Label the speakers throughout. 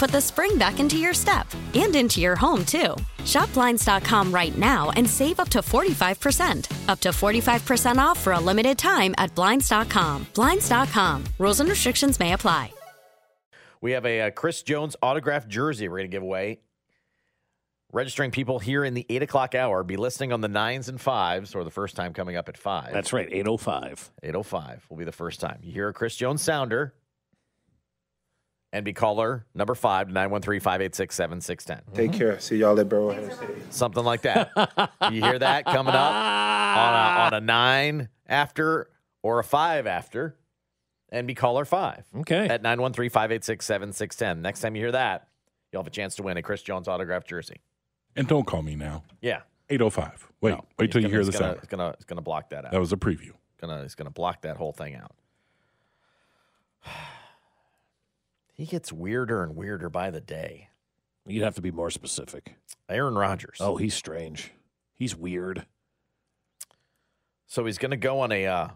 Speaker 1: put the spring back into your step and into your home, too. Shop Blinds.com right now and save up to 45%. Up to 45% off for a limited time at Blinds.com. Blinds.com. Rules and restrictions may apply.
Speaker 2: We have a, uh Chris Jones autographed jersey we're going to give away. Registering people here in the eight o'clock hour. Be listening on the nines and fives, or the first time coming up at five.
Speaker 3: That's right, 805.
Speaker 2: 805 will be the first time. You hear a Chris Jones sounder and be caller number five to 913 586 7610.
Speaker 4: Take care. See y'all at Burrowhead.
Speaker 2: Something like that. you hear that coming up on a, on a nine after or a five after and be caller five
Speaker 3: Okay.
Speaker 2: at 913 586 7610. Next time you hear that, you'll have a chance to win a Chris Jones autographed jersey.
Speaker 5: And don't call me now.
Speaker 2: Yeah.
Speaker 5: 805. Wait,
Speaker 2: No.
Speaker 5: wait
Speaker 2: He's
Speaker 5: till you
Speaker 2: gonna-
Speaker 5: hear
Speaker 2: he's
Speaker 5: this
Speaker 2: gonna,
Speaker 5: hour.
Speaker 2: It's gonna it's gonna block that out.
Speaker 5: That was a preview.
Speaker 2: gonna he's gonna block that whole thing out. he gets weirder and weirder by the day.
Speaker 3: You'd have to be more specific.
Speaker 2: Aaron Rodgers.
Speaker 3: Oh, he's strange. He's weird.
Speaker 2: So he's gonna go on a uh,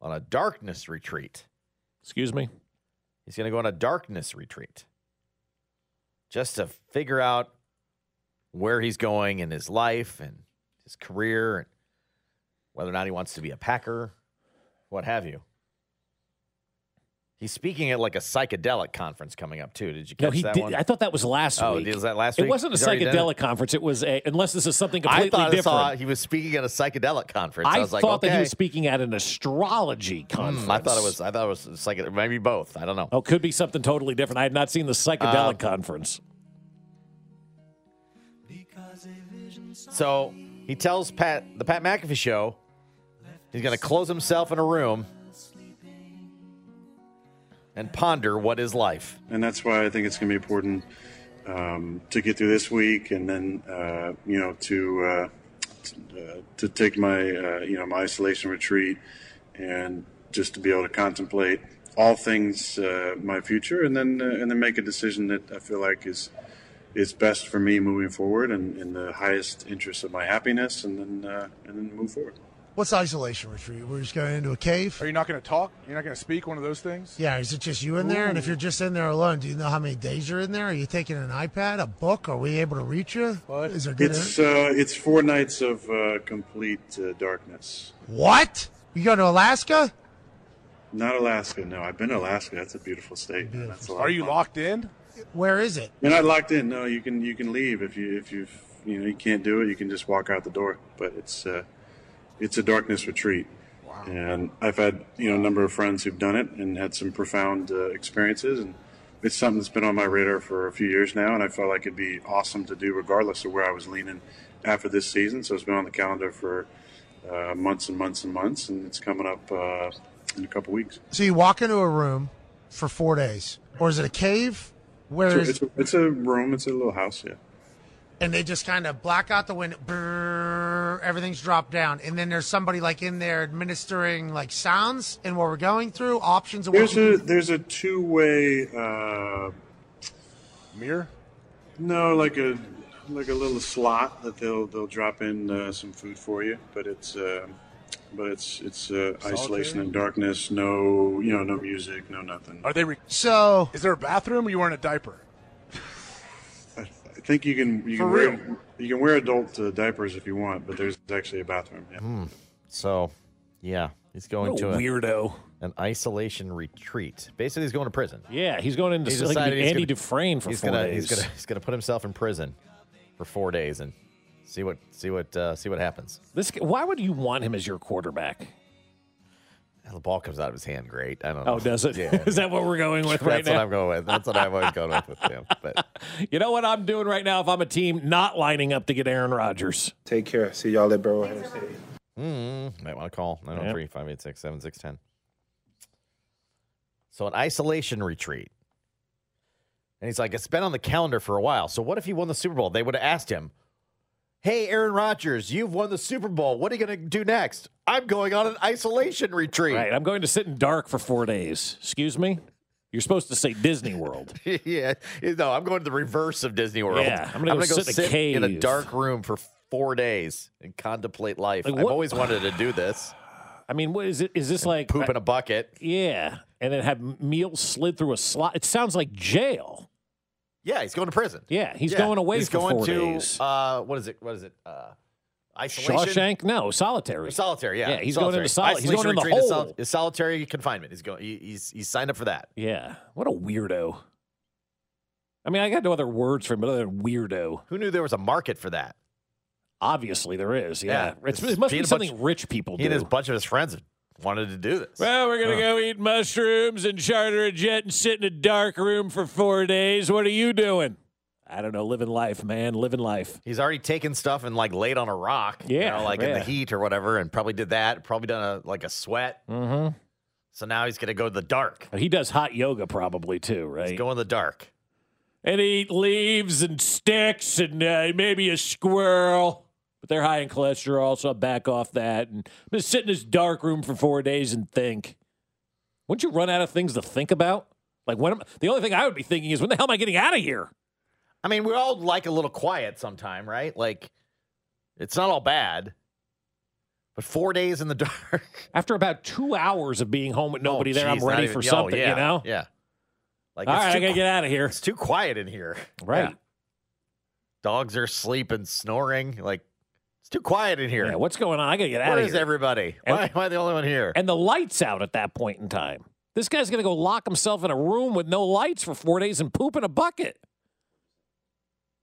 Speaker 2: on a darkness retreat.
Speaker 3: Excuse me.
Speaker 2: He's going to go on a darkness retreat just to figure out where he's going in his life and his career and whether or not he wants to be a Packer, what have you. He's speaking at like a psychedelic conference coming up too. Did you catch
Speaker 3: no, he
Speaker 2: that
Speaker 3: did.
Speaker 2: one?
Speaker 3: I thought that was last
Speaker 2: Oh,
Speaker 3: week.
Speaker 2: was that last
Speaker 3: It
Speaker 2: week?
Speaker 3: wasn't a
Speaker 2: He's already done it?
Speaker 3: psychedelic conference. It was a unless this is something
Speaker 2: I
Speaker 3: completely
Speaker 2: thought I
Speaker 3: different.
Speaker 2: saw he was speaking at a psychedelic conference. I,
Speaker 3: I
Speaker 2: was like,
Speaker 3: thought
Speaker 2: okay.
Speaker 3: that he was speaking at an astrology conference.
Speaker 2: Hmm, I thought it was. I thought it was psychedelic. Maybe both. I don't know.
Speaker 3: Oh, could be something totally different. I had not seen the psychedelic
Speaker 2: Uh,
Speaker 3: conference.
Speaker 2: So he tells Pat the Pat McAfee show he's going to close himself in a room and ponder what is life.
Speaker 6: and that's why I think it's going to be important um, to get through this week, and then uh, you know to uh, t- uh, to take my uh, you know my isolation retreat, and just to be able to contemplate all things uh, my future, and then uh, and then make a decision that I feel like is is best for me moving forward, and in the highest interest of my happiness, and then uh, and then move forward.
Speaker 7: What's isolation retreat? We're just going into a cave?
Speaker 8: Are you not going to talk? You're not going to speak? One of those things?
Speaker 7: Yeah, is it just you in there? And if you're just in there alone, do you know how many days you're in there? Are you taking an iPad, a book? Are we able to reach you? What? Is there good?
Speaker 6: It's uh, it's four nights of uh, complete uh, darkness.
Speaker 7: what? You go to Alaska?
Speaker 6: Not Alaska. No, I've been to Alaska. That's a beautiful state. man. That's a lot
Speaker 8: Are
Speaker 6: of
Speaker 8: you
Speaker 6: fun.
Speaker 8: locked in?
Speaker 7: Where is it?
Speaker 6: You're not locked in. No, you can you can leave if you if you you know you can't do it. You can just walk out the door. But it's uh, it's a darkness retreat. Wow. And I've had you know a number of friends who've done it and had some profound uh, experiences. And it's something that's been on my radar for a few years now. And I felt like it'd be awesome to do regardless of where I was leaning after this season. So it's been on the calendar for uh, months and months and months. And it's coming up uh, in a couple weeks.
Speaker 7: So you walk into a room for four days, or is it a cave? Where
Speaker 6: It's a,
Speaker 7: is?
Speaker 6: it's a, it's a room. It's a little house. Yeah.
Speaker 7: And they just kind of black out the window. Brrr, everything's dropped down, and then there's somebody like in there administering like sounds and what we're going through, options. Of what
Speaker 6: There's
Speaker 7: you
Speaker 6: a
Speaker 7: can-
Speaker 6: there's a two way. Uh,
Speaker 8: Mirror?
Speaker 6: No, like a like a little slot that they'll they'll drop in uh, some food for you, but it's um but it's it's uh, isolation and darkness. No, you know, no music, no nothing.
Speaker 8: Are they? Re-
Speaker 7: So
Speaker 8: is there a bathroom? or You wearing a diaper?
Speaker 6: I think you can you
Speaker 8: For
Speaker 6: can wear
Speaker 8: real?
Speaker 6: you can wear adult uh, diapers if you want, but there's actually a bathroom. Yeah.
Speaker 2: So, yeah, he's going
Speaker 3: Hmm. What a
Speaker 2: to a-
Speaker 3: weirdo.
Speaker 2: an isolation retreat. Basically, he's going to prison.
Speaker 3: Yeah, he's going into
Speaker 2: He's
Speaker 3: like
Speaker 2: decided he's
Speaker 3: Andy
Speaker 2: gonna-
Speaker 3: Dufresne for
Speaker 2: he's
Speaker 3: 4
Speaker 2: gonna
Speaker 3: days.
Speaker 2: he's gonna he's gonna put himself in prison for four days and see what see what uh, see what happens.
Speaker 3: This g- why would you want him as your quarterback?
Speaker 2: The ball comes out of his hand. Great. I don't know.
Speaker 3: Oh, does it? Is
Speaker 2: Yeah.
Speaker 3: that what we're going with
Speaker 2: That's
Speaker 3: right
Speaker 2: what
Speaker 3: now?
Speaker 2: I'm going with. That's what I'm always going with with him. But
Speaker 3: You know what I'm doing right now if I'm a team not lining up to get Aaron Rodgers.
Speaker 4: Take care. See y'all at Burrowhead Stadium.
Speaker 2: mm, might want to call 903 586 7610. oh. So, an isolation retreat. And he's like, it's been on the calendar for a while. So, what if he won the Super Bowl? They would have asked him, Hey, Aaron Rodgers, you've won the Super Bowl. What are you going to do next? I'm going on an isolation retreat.
Speaker 3: Right, I'm going to sit in dark for 4 days. Excuse me? You're supposed to say Disney World.
Speaker 2: yeah. No, I'm going to the reverse of Disney World.
Speaker 3: Yeah, I'm gonna go
Speaker 2: gonna
Speaker 3: sit in a
Speaker 2: in a
Speaker 3: cave.
Speaker 2: dark room for four days and contemplate life.
Speaker 3: Like,
Speaker 2: I've
Speaker 3: what-
Speaker 2: always wanted to do this.
Speaker 3: I mean, what is it is this like
Speaker 2: Poop in a bucket.
Speaker 3: Yeah, and then have meals slid through a slot. It sounds like jail.
Speaker 2: Yeah, he's going to prison.
Speaker 3: Yeah, he's
Speaker 2: Yeah,
Speaker 3: going away
Speaker 2: He's
Speaker 3: for
Speaker 2: going
Speaker 3: 4
Speaker 2: to
Speaker 3: days.
Speaker 2: uh, what is it? What is it? Uh, isolation.
Speaker 3: Shawshank? No, solitary.
Speaker 2: Solitary. Yeah.
Speaker 3: Yeah, he's going into soli- he's
Speaker 2: Isolation
Speaker 3: going in the
Speaker 2: retreat is
Speaker 3: hole.
Speaker 2: soli- is solitary confinement. He's going. He, he's he's signed up for that.
Speaker 3: Yeah. What a weirdo. I mean, I got no other words for him other than weirdo.
Speaker 2: Who knew there was a market for that?
Speaker 3: Obviously, there is.
Speaker 2: Yeah.
Speaker 3: Yeah. It's,
Speaker 2: It's
Speaker 3: it must
Speaker 2: being
Speaker 3: be
Speaker 2: a bunch-
Speaker 3: something rich people
Speaker 2: He
Speaker 3: do.
Speaker 2: and his bunch of his friends wanted to do this.
Speaker 3: well, we're going to
Speaker 2: Huh.
Speaker 3: go eat mushrooms and charter a jet and sit in a dark room for four days. What are you doing? I don't know. Living life, man. Living life.
Speaker 2: He's already taken stuff and like laid on a rock, you
Speaker 3: Yeah,
Speaker 2: know, like in the
Speaker 3: yeah.
Speaker 2: heat or whatever, and probably did that. Probably done a like a sweat.
Speaker 3: Mm-hmm.
Speaker 2: So now he's gonna go to the dark.
Speaker 3: He does hot yoga probably too, right?
Speaker 2: He's going to the dark.
Speaker 3: and eat leaves and sticks and uh, maybe a squirrel. But they're high in cholesterol, so I back off that and I'm just sit in this dark room for four days and think. Wouldn't you run out of things to think about? Like when am, the only thing I would be thinking is when the hell am I getting out of here?
Speaker 2: I mean, we all like a little quiet sometime, right? Like it's not all bad. But four days in the dark.
Speaker 3: After about two hours of being home with nobody
Speaker 2: Oh,
Speaker 3: there,
Speaker 2: geez,
Speaker 3: I'm
Speaker 2: not
Speaker 3: ready
Speaker 2: even-
Speaker 3: for
Speaker 2: yo,
Speaker 3: something,
Speaker 2: yeah,
Speaker 3: you know?
Speaker 2: Yeah. Like
Speaker 3: All
Speaker 2: it's,
Speaker 3: right,
Speaker 2: too,
Speaker 3: I gotta
Speaker 2: qui-
Speaker 3: get out of here.
Speaker 2: it's too quiet in here.
Speaker 3: Right.
Speaker 2: Dogs are sleeping, snoring. Like it's too quiet in here.
Speaker 3: Yeah, what's going on? I gotta get out
Speaker 2: Where
Speaker 3: of
Speaker 2: is
Speaker 3: here.
Speaker 2: everybody?
Speaker 3: And-
Speaker 2: Why am I the only one here?
Speaker 3: and the lights out at that point in time. This guy's going to go lock himself in a room with no lights for four days and poop in a bucket.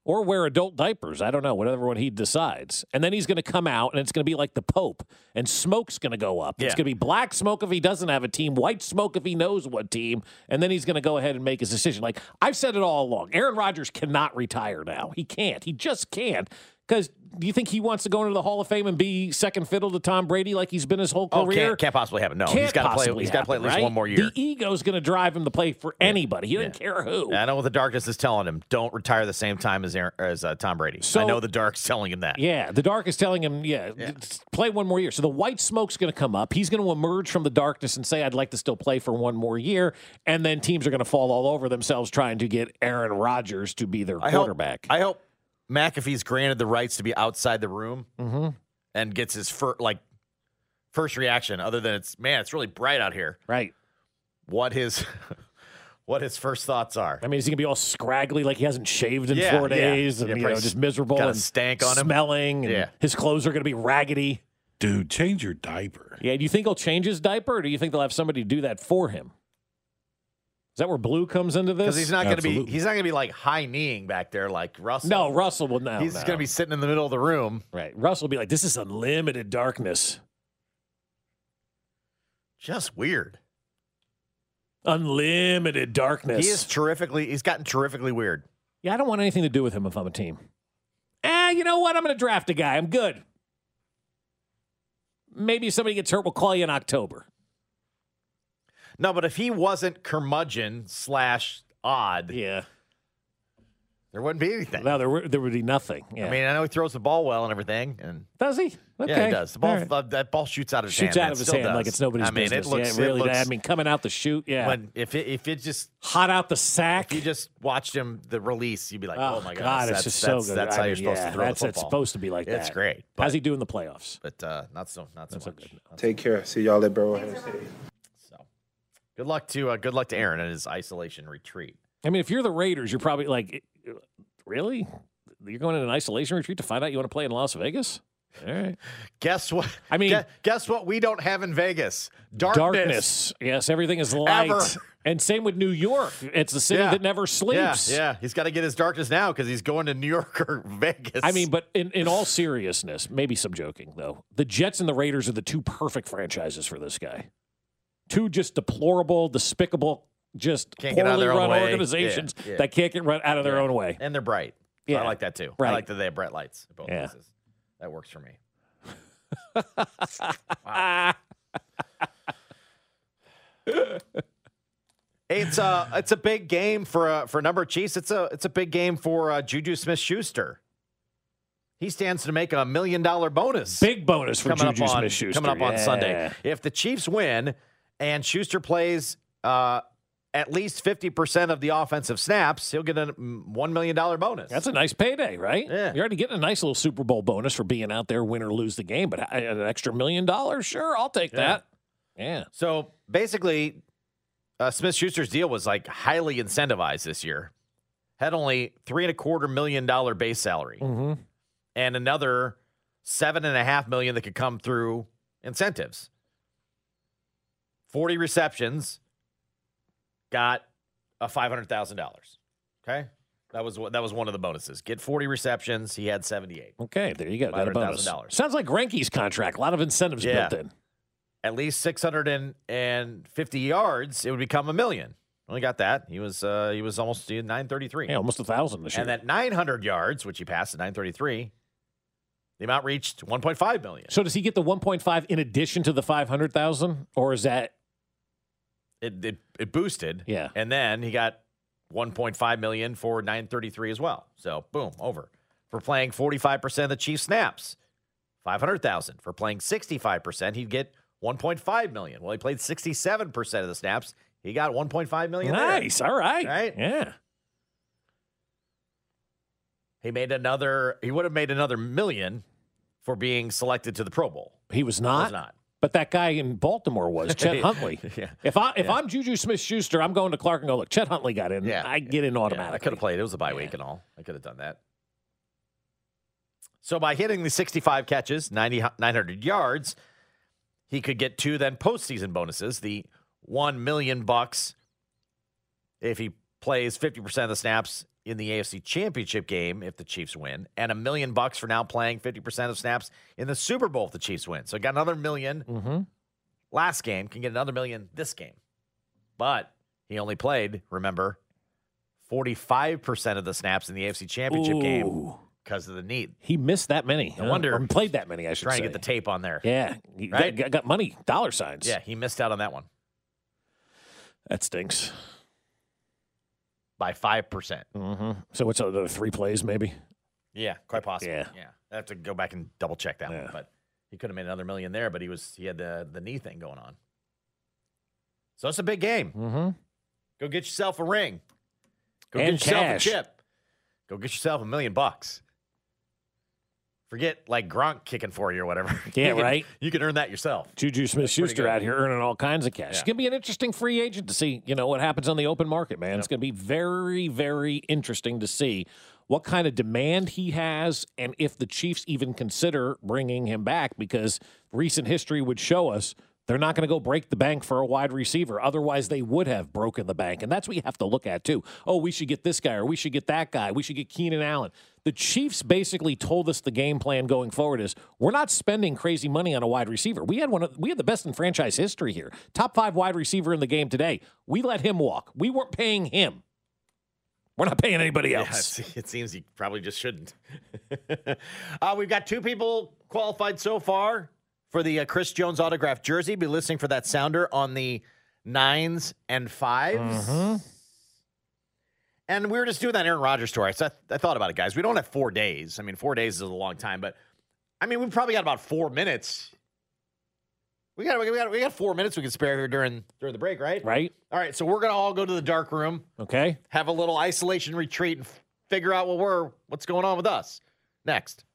Speaker 3: Or wear adult diapers. I don't know, whatever one he decides. And then he's going to come out and it's going to be like the Pope and smoke's going to go up. It's
Speaker 2: Yeah.
Speaker 3: going to be black smoke if he doesn't have a team, white smoke if he knows what team. And then he's going to go ahead and make his decision. Like I've said it all along Aaron Rodgers cannot retire now. He can't. He just can't. Because do you think he wants to go into the Hall of Fame and be second fiddle to Tom Brady like he's been his whole
Speaker 2: oh,
Speaker 3: career?
Speaker 2: can't, can't possibly happen. No, he's got to play. He's got to play at least one more year.
Speaker 3: The ego's going to drive him to play for anybody. He doesn't
Speaker 2: Yeah.
Speaker 3: care who.
Speaker 2: And I know what the darkness is telling him. Don't retire the same time as Aaron, as uh, Tom Brady. I
Speaker 3: So-
Speaker 2: know the dark's telling him that.
Speaker 3: Yeah, the dark is telling him, yeah, th- play one more year. So the white smoke's going to come up. He's going to emerge from the darkness and say, I'd like to still play for one more year. And then teams are going to fall all over themselves trying to get Aaron Rodgers to be their
Speaker 2: I hope,
Speaker 3: quarterback.
Speaker 2: I hope McAfee's granted the rights to be outside the room
Speaker 3: hmm
Speaker 2: and gets his first like first reaction. Other than it's man, it's really bright out here.
Speaker 3: Right.
Speaker 2: What his what his first thoughts are?
Speaker 3: I mean, is he going to be all scraggly like he hasn't shaved in
Speaker 2: Yeah,
Speaker 3: four
Speaker 2: yeah.
Speaker 3: days
Speaker 2: Yeah,
Speaker 3: and, you know,
Speaker 2: probably
Speaker 3: just miserable
Speaker 2: got a
Speaker 3: and
Speaker 2: stank on him.
Speaker 3: smelling? and
Speaker 2: Yeah.
Speaker 3: His clothes are going to be raggedy.
Speaker 5: Dude, change your diaper.
Speaker 3: Yeah, do you think he'll change his diaper, or do you think they'll have somebody do that for him? Is that where Blue comes into
Speaker 2: Because
Speaker 3: this?
Speaker 2: he's not going to be
Speaker 5: Absolutely.
Speaker 2: he's not going to be like high kneeing back there like Russell.
Speaker 3: no, Russell will now.
Speaker 2: he's going to be sitting in the middle of the room.
Speaker 3: right. Russell will be like, "This is unlimited darkness,
Speaker 2: Just weird.
Speaker 3: unlimited darkness."
Speaker 2: He is terrifically. He's gotten terrifically weird.
Speaker 3: yeah, I don't want anything to do with him if I'm a team. Ah, you know what? I'm going to draft a guy. I'm good. Maybe if somebody gets hurt. We'll call you in October.
Speaker 2: No, but if he wasn't curmudgeon slash odd,
Speaker 3: Yeah,
Speaker 2: There wouldn't be anything.
Speaker 3: Now there were, there would be nothing. Yeah.
Speaker 2: I mean, I know he throws the ball well and everything, and
Speaker 3: does he?
Speaker 2: yeah, he does. The ball,
Speaker 3: All right.
Speaker 2: uh, that ball shoots out of his
Speaker 3: shoots
Speaker 2: hand.
Speaker 3: out
Speaker 2: It
Speaker 3: of his
Speaker 2: still
Speaker 3: hand like
Speaker 2: does.
Speaker 3: it's nobody's
Speaker 2: I mean,
Speaker 3: business.
Speaker 2: It looks
Speaker 3: yeah, it really.
Speaker 2: It looks,
Speaker 3: does. I mean, coming out the shoot, yeah,
Speaker 2: when if it, if it just
Speaker 3: hot out the sack.
Speaker 2: if you just watched him the release, you'd be like, oh, my
Speaker 3: Ah, God,
Speaker 2: that's,
Speaker 3: it's just
Speaker 2: that's,
Speaker 3: so good.
Speaker 2: That's
Speaker 3: I
Speaker 2: how
Speaker 3: mean,
Speaker 2: you're supposed
Speaker 3: yeah,
Speaker 2: to throw
Speaker 3: that's,
Speaker 2: the
Speaker 3: It's
Speaker 2: football.
Speaker 3: supposed to be like that.
Speaker 2: It's great, but-
Speaker 3: How's he do in the playoffs?
Speaker 2: but uh, not so not so
Speaker 3: That's not
Speaker 2: much.
Speaker 3: good.
Speaker 2: Not so
Speaker 4: Take care. See y'all at Burrowhead Stadium.
Speaker 2: So, good luck to uh, good luck to Aaron and his isolation retreat.
Speaker 3: I mean, if you're the Raiders, you're probably like, really? You're going in an isolation retreat to find out you want to play in Las Vegas? All right.
Speaker 2: Guess what?
Speaker 3: I mean-
Speaker 2: guess, guess what? We don't have in Vegas darkness.
Speaker 3: Darkness. Yes, everything is light.
Speaker 2: Ever.
Speaker 3: And same with New York. It's the city
Speaker 2: Yeah.
Speaker 3: that never sleeps.
Speaker 2: Yeah, yeah. he's got to get his darkness now because he's going to New York or Vegas.
Speaker 3: I mean, but in, in all seriousness, maybe some joking though, the Jets and the Raiders are the two perfect franchises for this guy. Two just deplorable, despicable, just
Speaker 2: Can't get out of
Speaker 3: poorly
Speaker 2: their own
Speaker 3: run
Speaker 2: way.
Speaker 3: organizations
Speaker 2: Yeah, yeah.
Speaker 3: that can't get run out of their own way.
Speaker 2: and they're bright. So
Speaker 3: Yeah.
Speaker 2: I like that too.
Speaker 3: Right.
Speaker 2: I like that they have bright lights at both
Speaker 3: Yeah.
Speaker 2: places. That works for me.
Speaker 3: Ah,
Speaker 2: It's a it's a big game for uh, for a number of Chiefs. It's a it's a big game for uh, Juju Smith Schuster. He stands to make a million dollar bonus.
Speaker 3: big bonus for
Speaker 2: coming
Speaker 3: Juju
Speaker 2: up on
Speaker 3: Smith-Schuster.
Speaker 2: coming up on
Speaker 3: Yeah.
Speaker 2: Sunday. If the Chiefs win and Schuster plays uh, at least fifty percent of the offensive snaps, he'll get a mm, one million dollar bonus.
Speaker 3: That's a nice payday, right?
Speaker 2: Yeah.
Speaker 3: You're already getting a nice little Super Bowl bonus for being out there, win or lose the game, but I- an extra million dollars, sure, I'll take that. Yeah.
Speaker 2: so basically, uh, Smith Schuster's deal was like highly incentivized this year. Had only three and a quarter million dollar base salary
Speaker 3: Mm-hmm.
Speaker 2: and another seven and a half million that could come through incentives. Forty receptions got a five hundred thousand dollars. Okay, that was what that was one of the bonuses. Get forty receptions. He had seventy eight.
Speaker 3: Okay, there you go. Got a bonus.
Speaker 2: $500,000.
Speaker 3: Sounds like Ranky's contract. A lot of incentives
Speaker 2: Yeah.
Speaker 3: built in.
Speaker 2: At least six hundred and fifty yards, it would become a million. Only got that. He was uh, he was almost nine thirty three.
Speaker 3: Yeah, almost a thousand this year.
Speaker 2: And that nine hundred yards, which he passed at nine thirty three, the amount reached one point five million.
Speaker 3: so does he get the 1.5 in addition to the 500,000 or is that
Speaker 2: it, it it boosted.
Speaker 3: Yeah.
Speaker 2: And then he got 1.5 million for 933 as well. So boom, over. For playing 45% of the Chiefs snaps, 500,000. For playing 65%, he'd get 1.5 million. Well, he played 67% of the snaps. He got 1.5 million. there.
Speaker 3: nice? All right.
Speaker 2: Right?
Speaker 3: Yeah.
Speaker 2: He made another he would have made another million for being selected to the Pro Bowl.
Speaker 3: He was
Speaker 2: Was
Speaker 3: not.
Speaker 2: not.
Speaker 3: But that guy in Baltimore was Chet Huntley.
Speaker 2: Yeah.
Speaker 3: If I if I'm Juju Smith Schuster, I'm going to Clark and go, look, Chet Huntley got in.
Speaker 2: Yeah.
Speaker 3: I get in
Speaker 2: Yeah,
Speaker 3: automatically.
Speaker 2: I could have played. It was a bye week and all. I could have done that. So by hitting the 65 catches, 90, 900 yards, he could get two then postseason bonuses, the 1 million bucks if he plays 50% of the snaps in the AFC Championship game if the Chiefs win, and a million bucks for now playing 50% of snaps in the Super Bowl if the Chiefs win. So he got another million
Speaker 3: Mhm.
Speaker 2: last game, can get another million this game. But he only played, remember, 45% of the snaps in the AFC Championship game
Speaker 3: Ooh.
Speaker 2: because of the need.
Speaker 3: He missed that many.
Speaker 2: No
Speaker 3: huh?
Speaker 2: wonder.
Speaker 3: Or played that many, I should
Speaker 2: Trying
Speaker 3: say.
Speaker 2: to get the tape on there.
Speaker 3: Yeah. He got-
Speaker 2: Right?
Speaker 3: got, got money, dollar signs.
Speaker 2: Yeah, he missed out on that one
Speaker 3: That stinks.
Speaker 2: by 5%.
Speaker 3: hmm So what's another three plays maybe?
Speaker 2: Yeah, quite possible.
Speaker 3: Yeah.
Speaker 2: yeah. I have to go back and double check that
Speaker 3: Yeah.
Speaker 2: one, but he could have made another million there, but he was he had the the knee thing going on. So it's a big game.
Speaker 3: Mm-hmm.
Speaker 2: Go get yourself a ring. Go
Speaker 3: And
Speaker 2: get yourself
Speaker 3: cash.
Speaker 2: a chip. Go get yourself a million bucks. Forget like Gronk kicking for you or whatever.
Speaker 3: Yeah,
Speaker 2: You can-
Speaker 3: right.
Speaker 2: You can earn that yourself.
Speaker 3: Juju Smith Schuster
Speaker 2: good.
Speaker 3: out here earning all kinds of cash. It's
Speaker 2: Yeah.
Speaker 3: gonna be an interesting free agent to see, you know, what happens on the open market, man. It's gonna be very, very interesting to see what kind of demand he has and if the Chiefs even consider bringing him back because recent history would show us they're not going to go break the bank for a wide receiver. Otherwise, they would have broken the bank. And that's what you have to look at, too. Oh, we should get this guy, or we should get that guy. We should get Keenan Allen. The Chiefs basically told us the game plan going forward is we're not spending crazy money on a wide receiver. We had one of, we had the best in franchise history here. Top five wide receiver in the game today. We let him walk. We weren't paying him. We're not paying anybody
Speaker 2: Yeah,
Speaker 3: else.
Speaker 2: it's- it seems you probably just shouldn't. uh, we've got two people qualified so far for the uh, Chris Jones autograph jersey. Be listening for
Speaker 3: Mm-hmm.
Speaker 2: that sounder on the nines and 5s And we were just doing that Aaron Rodgers story. So I, I thought about it, guys. We don't have four days. I mean, four days is a long time, but I mean, we probably got about four minutes. We got we got we got four minutes we can spare here during during the break, right?
Speaker 3: Right.
Speaker 2: All right. So we're gonna all go to the dark room,
Speaker 3: Okay.
Speaker 2: have a little isolation retreat, and f- figure out what we're what's going on with us next.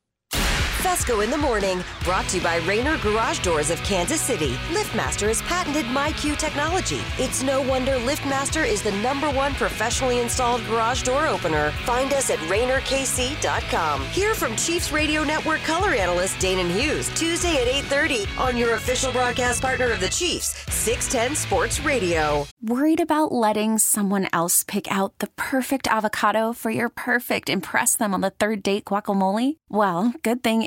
Speaker 9: Fesco in the morning, brought to you by Rainer Garage Doors of Kansas City. LiftMaster has patented MyQ technology. It's no wonder LiftMaster is the number one professionally installed garage door opener. Find us at RainerKC.com. Hear from Chiefs Radio Network color analyst Danon Hughes Tuesday at 8:30 on your official broadcast partner of the Chiefs, 610 Sports Radio.
Speaker 10: Worried about letting someone else pick out the perfect avocado for your perfect impress them on the third date guacamole? Well, good thing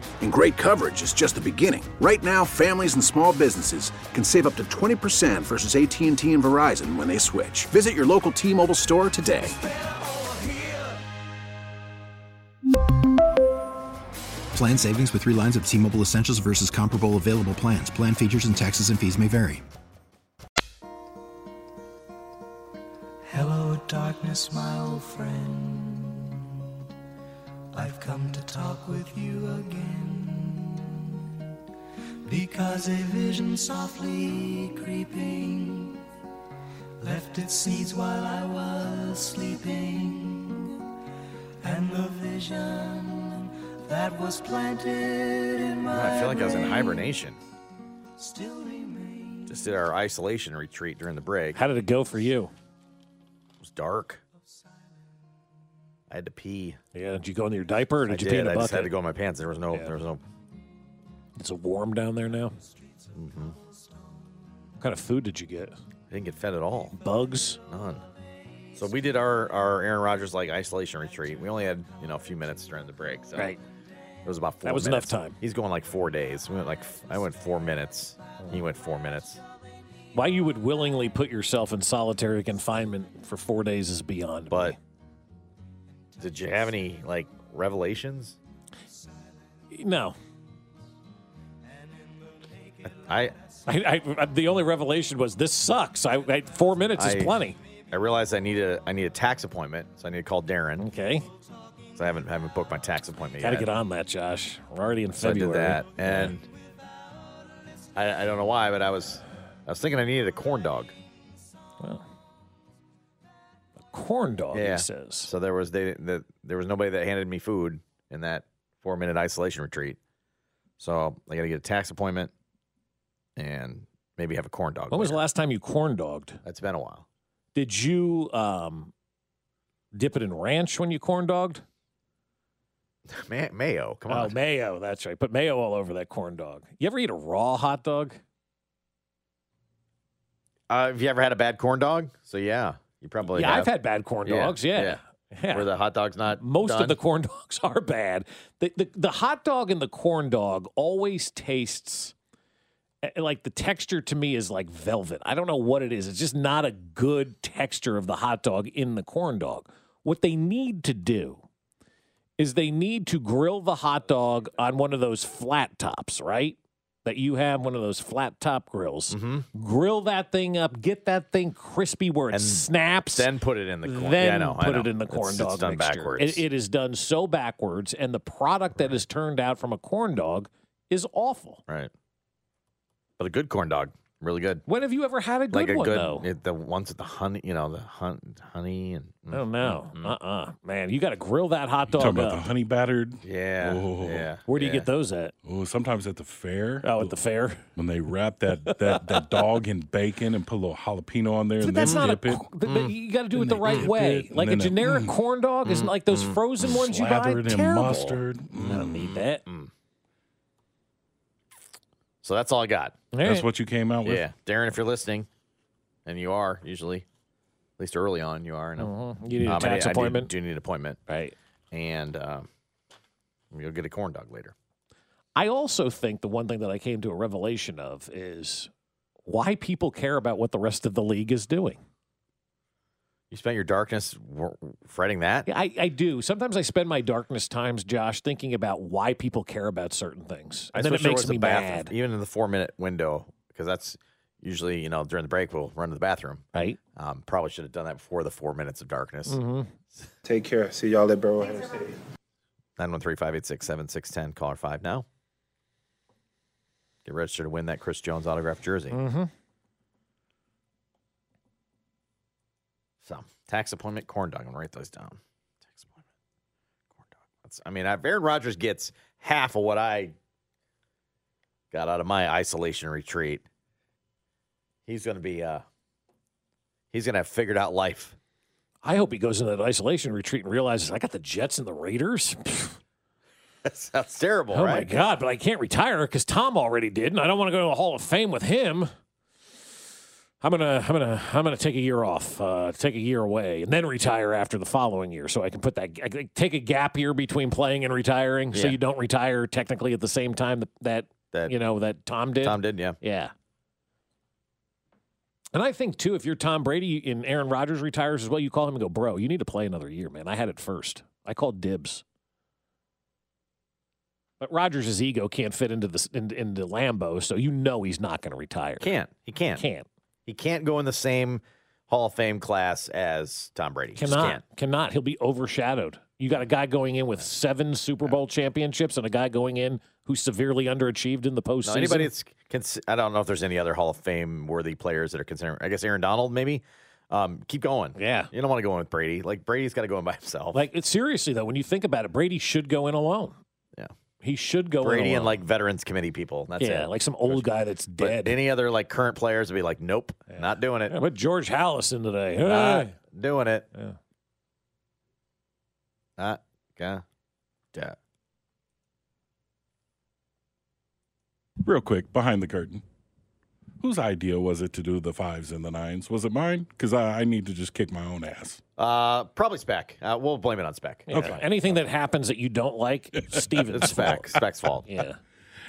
Speaker 11: And great coverage is just the beginning. Right now, families and small businesses can save up to 20% versus AT&T and Verizon when they switch. Visit your local T-Mobile store today.
Speaker 12: Plan savings with three lines of T Mobile Essentials versus comparable available plans. Plan features and taxes and fees may vary.
Speaker 13: Hello, darkness, my old friend. I've come to talk with you again. Because a vision softly creeping left its seeds while I was sleeping. And the vision that was planted in my
Speaker 2: I feel like I was in
Speaker 13: brain
Speaker 2: hibernation.
Speaker 13: still
Speaker 2: Just did our isolation retreat during the break.
Speaker 3: How did it go for you?
Speaker 2: It was dark. I had to pee.
Speaker 3: Yeah, did you go into your diaper or did
Speaker 2: I
Speaker 3: you
Speaker 2: did.
Speaker 3: pee in a
Speaker 2: I
Speaker 3: bucket?
Speaker 2: just had to go in my pants. There was no. There was no.
Speaker 3: Is it warm down there now? Mm-hmm. What kind of food did you get?
Speaker 2: I didn't get fed at all.
Speaker 3: Bugs?
Speaker 2: None. So we did our our Aaron Rodgers like isolation retreat. We only had you know a few minutes during the break. So
Speaker 3: Right.
Speaker 2: It was about four.
Speaker 3: That was enough
Speaker 2: minutes.
Speaker 3: time.
Speaker 2: He's going like four days. We went like f- I went four minutes. He went four minutes.
Speaker 3: Why you would willingly put yourself in solitary confinement for four days is beyond.
Speaker 2: But did you have any like revelations?
Speaker 3: No.
Speaker 2: I,
Speaker 3: I, I the only revelation was this sucks. I, I four minutes
Speaker 2: I-
Speaker 3: is plenty.
Speaker 2: I realized I need a I need a tax appointment, so I need to call Darren.
Speaker 3: Okay.
Speaker 2: So I haven't haven't booked my tax appointment
Speaker 3: Got to
Speaker 2: yet.
Speaker 3: get on that, Josh. We're already in
Speaker 2: So I did
Speaker 3: February.
Speaker 2: that, and I, I don't know why, but I was I was thinking I needed a corn dog.
Speaker 3: Well, a corn dog. he said.
Speaker 2: So there was they the, there was nobody that handed me food in that four minute isolation retreat. So I got to get a tax appointment, and Maybe have a corn dog.
Speaker 3: When was the last time you corn dogged?
Speaker 2: That's been a while.
Speaker 3: Did you um, dip it in ranch when you corn dogged?
Speaker 2: May- mayo, come
Speaker 3: Oh,
Speaker 2: on.
Speaker 3: mayo. That's right. Put mayo all over that corn dog. You ever eat a raw hot dog?
Speaker 2: Uh, have you ever had a bad corn dog? So yeah, you probably.
Speaker 3: yeah,
Speaker 2: have.
Speaker 3: I've had bad corn dogs. Yeah. Yeah.
Speaker 2: Where the hot dog's not.
Speaker 3: Most
Speaker 2: done?
Speaker 3: of the corn dogs are bad. The, the the hot dog and the corn dog always tastes eh, like the texture to me is like velvet. I don't know what it is. It's just not a good texture of the hot dog in the corn dog. What they need to do is they need to grill the hot dog on one of those flat tops, right? That you have one of those flat top grills.
Speaker 2: Mm-hmm.
Speaker 3: Grill that thing up, get that thing crispy where it snaps.
Speaker 2: Then put it in the corn.
Speaker 3: Then
Speaker 2: yeah, I know, I
Speaker 3: put it
Speaker 2: know.
Speaker 3: in the corn
Speaker 2: It's-
Speaker 3: dog
Speaker 2: It's done
Speaker 3: mixture.
Speaker 2: backwards.
Speaker 3: It, it is done so backwards, and the product that is turned out from a corn dog is awful.
Speaker 2: right. But a good corn dog, really good.
Speaker 3: When have you ever had a good
Speaker 2: like a
Speaker 3: one
Speaker 2: good
Speaker 3: though?
Speaker 2: it- the ones with the honey, you know, the hun- honey and.
Speaker 3: Oh no,
Speaker 2: Mm-hmm.
Speaker 3: uh, uh man, you got to grill that hot dog
Speaker 5: Talking about the
Speaker 3: up.
Speaker 5: honey battered.
Speaker 2: Yeah.
Speaker 5: Oh.
Speaker 2: Yeah.
Speaker 3: Where do you get those at?
Speaker 5: Oh, sometimes at the fair.
Speaker 3: Oh, at the fair.
Speaker 5: When they wrap that that, that dog in bacon and put a little jalapeno on there
Speaker 3: But
Speaker 5: and
Speaker 3: that's
Speaker 5: then
Speaker 3: not a.
Speaker 5: dip it.
Speaker 3: qu-
Speaker 2: Mm.
Speaker 3: th- th- You got to do it the
Speaker 5: they
Speaker 3: right
Speaker 5: dip
Speaker 3: way.
Speaker 5: it, Mm. and
Speaker 3: Like a
Speaker 5: then they-
Speaker 3: generic corn dog
Speaker 2: Mm-hmm. Mm.
Speaker 3: isn't like those frozen ones you buy.
Speaker 5: Slather it in
Speaker 3: Terrible. Mm.
Speaker 5: mustard. Mm.
Speaker 3: I don't
Speaker 2: Mm-hmm.
Speaker 3: need that.
Speaker 2: So that's all I got.
Speaker 5: That's what you came out with.
Speaker 2: Yeah, Darren, if you're listening, and you are usually, at least early on, you are. I know.
Speaker 3: Mm-hmm. You need a
Speaker 2: I
Speaker 3: tax
Speaker 2: I do-
Speaker 3: appointment.
Speaker 2: do need an appointment,
Speaker 3: right?
Speaker 2: And um, you'll get a corn dog later.
Speaker 3: I also think the one thing that I came to a revelation of is why people care about what the rest of the league is doing.
Speaker 2: You spent your darkness wor- fretting that.
Speaker 3: Yeah, I, I do. Sometimes I spend my darkness times, Josh, thinking about why people care about certain things. And then it
Speaker 2: wish there
Speaker 3: makes
Speaker 2: was a
Speaker 3: me
Speaker 2: bath-
Speaker 3: mad.
Speaker 2: even in the four minute window, because that's usually you know during the break we'll run to the bathroom.
Speaker 3: Right. Mm-hmm.
Speaker 2: Um, probably should have done that before the four minutes of darkness.
Speaker 4: Take care. See y'all at Barrelhead Stadium.
Speaker 2: 913 586 7610. Caller 5 now. Get registered to win that Chris Jones autographed jersey.
Speaker 3: Mm-hmm.
Speaker 2: So, tax appointment, corn dog. I'm going to write those down. Tax appointment, corn dog. That's, I mean, if Aaron Rodgers gets half of what I got out of my isolation retreat, he's going to be, uh, he's going to have figured out life.
Speaker 3: I hope he goes into that isolation retreat and realizes I got the Jets and the Raiders.
Speaker 2: That sounds terrible,
Speaker 3: oh my
Speaker 2: right?
Speaker 3: God, but I can't retire because Tom already did, and I don't want to go to the Hall of Fame with him. I'm gonna, I'm gonna, I'm gonna take a year off, uh, take a year away, and then retire after the following year, so I can put that, I can take a gap year between playing and retiring, so
Speaker 2: Yeah.
Speaker 3: you don't retire technically at the same time that, that,
Speaker 2: That-
Speaker 3: you know that Tom did.
Speaker 2: Tom did, yeah.
Speaker 3: Yeah. And I think too, if you're Tom Brady and Aaron Rodgers retires as well, you call him and go, "Bro, you need to play another year, man. I had it first. I called dibs." But Rodgers' ego can't fit into this in, into Lambo, so you know he's not going to retire.
Speaker 2: Can't. He can't.
Speaker 3: Can't.
Speaker 2: He can't go in the same Hall of Fame class as Tom Brady. Just
Speaker 3: Cannot.
Speaker 2: can't.
Speaker 3: Cannot. He'll be overshadowed. You got a guy going in with seven Super Bowl championships and a guy going in who severely underachieved in the postseason.
Speaker 2: No, anybody that's cons- I don't know if there's any other Hall of Fame worthy players that are considering. I guess Aaron Donald maybe. Um, keep going.
Speaker 3: Yeah.
Speaker 2: you don't want to go in with Brady. Like Brady's got to go in by himself.
Speaker 3: like it's seriously though, when you think about it, Brady should go in alone.
Speaker 2: Yeah.
Speaker 3: He should go in
Speaker 2: Brady
Speaker 3: alone.
Speaker 2: and like Veterans Committee people. That's
Speaker 3: yeah,
Speaker 2: it.
Speaker 3: like some old guy that's
Speaker 2: but
Speaker 3: dead.
Speaker 2: any other like current players would be like, nope, not doing it.
Speaker 3: Yeah, put George Hallis in today.
Speaker 2: Not
Speaker 3: Hey.
Speaker 2: doing it.
Speaker 3: Yeah.
Speaker 2: Not gonna. do it.
Speaker 5: Real quick, behind the curtain. Whose idea was it to do the fives and the nines? Was it mine? Because I, I need to just kick my own ass.
Speaker 2: Uh, probably Spec. Uh, we'll blame it on Spec.
Speaker 3: Yeah. Anything that happens that you don't like, Steven's
Speaker 2: It's Spec.
Speaker 3: fault.
Speaker 2: Spec's fault.
Speaker 3: Yeah.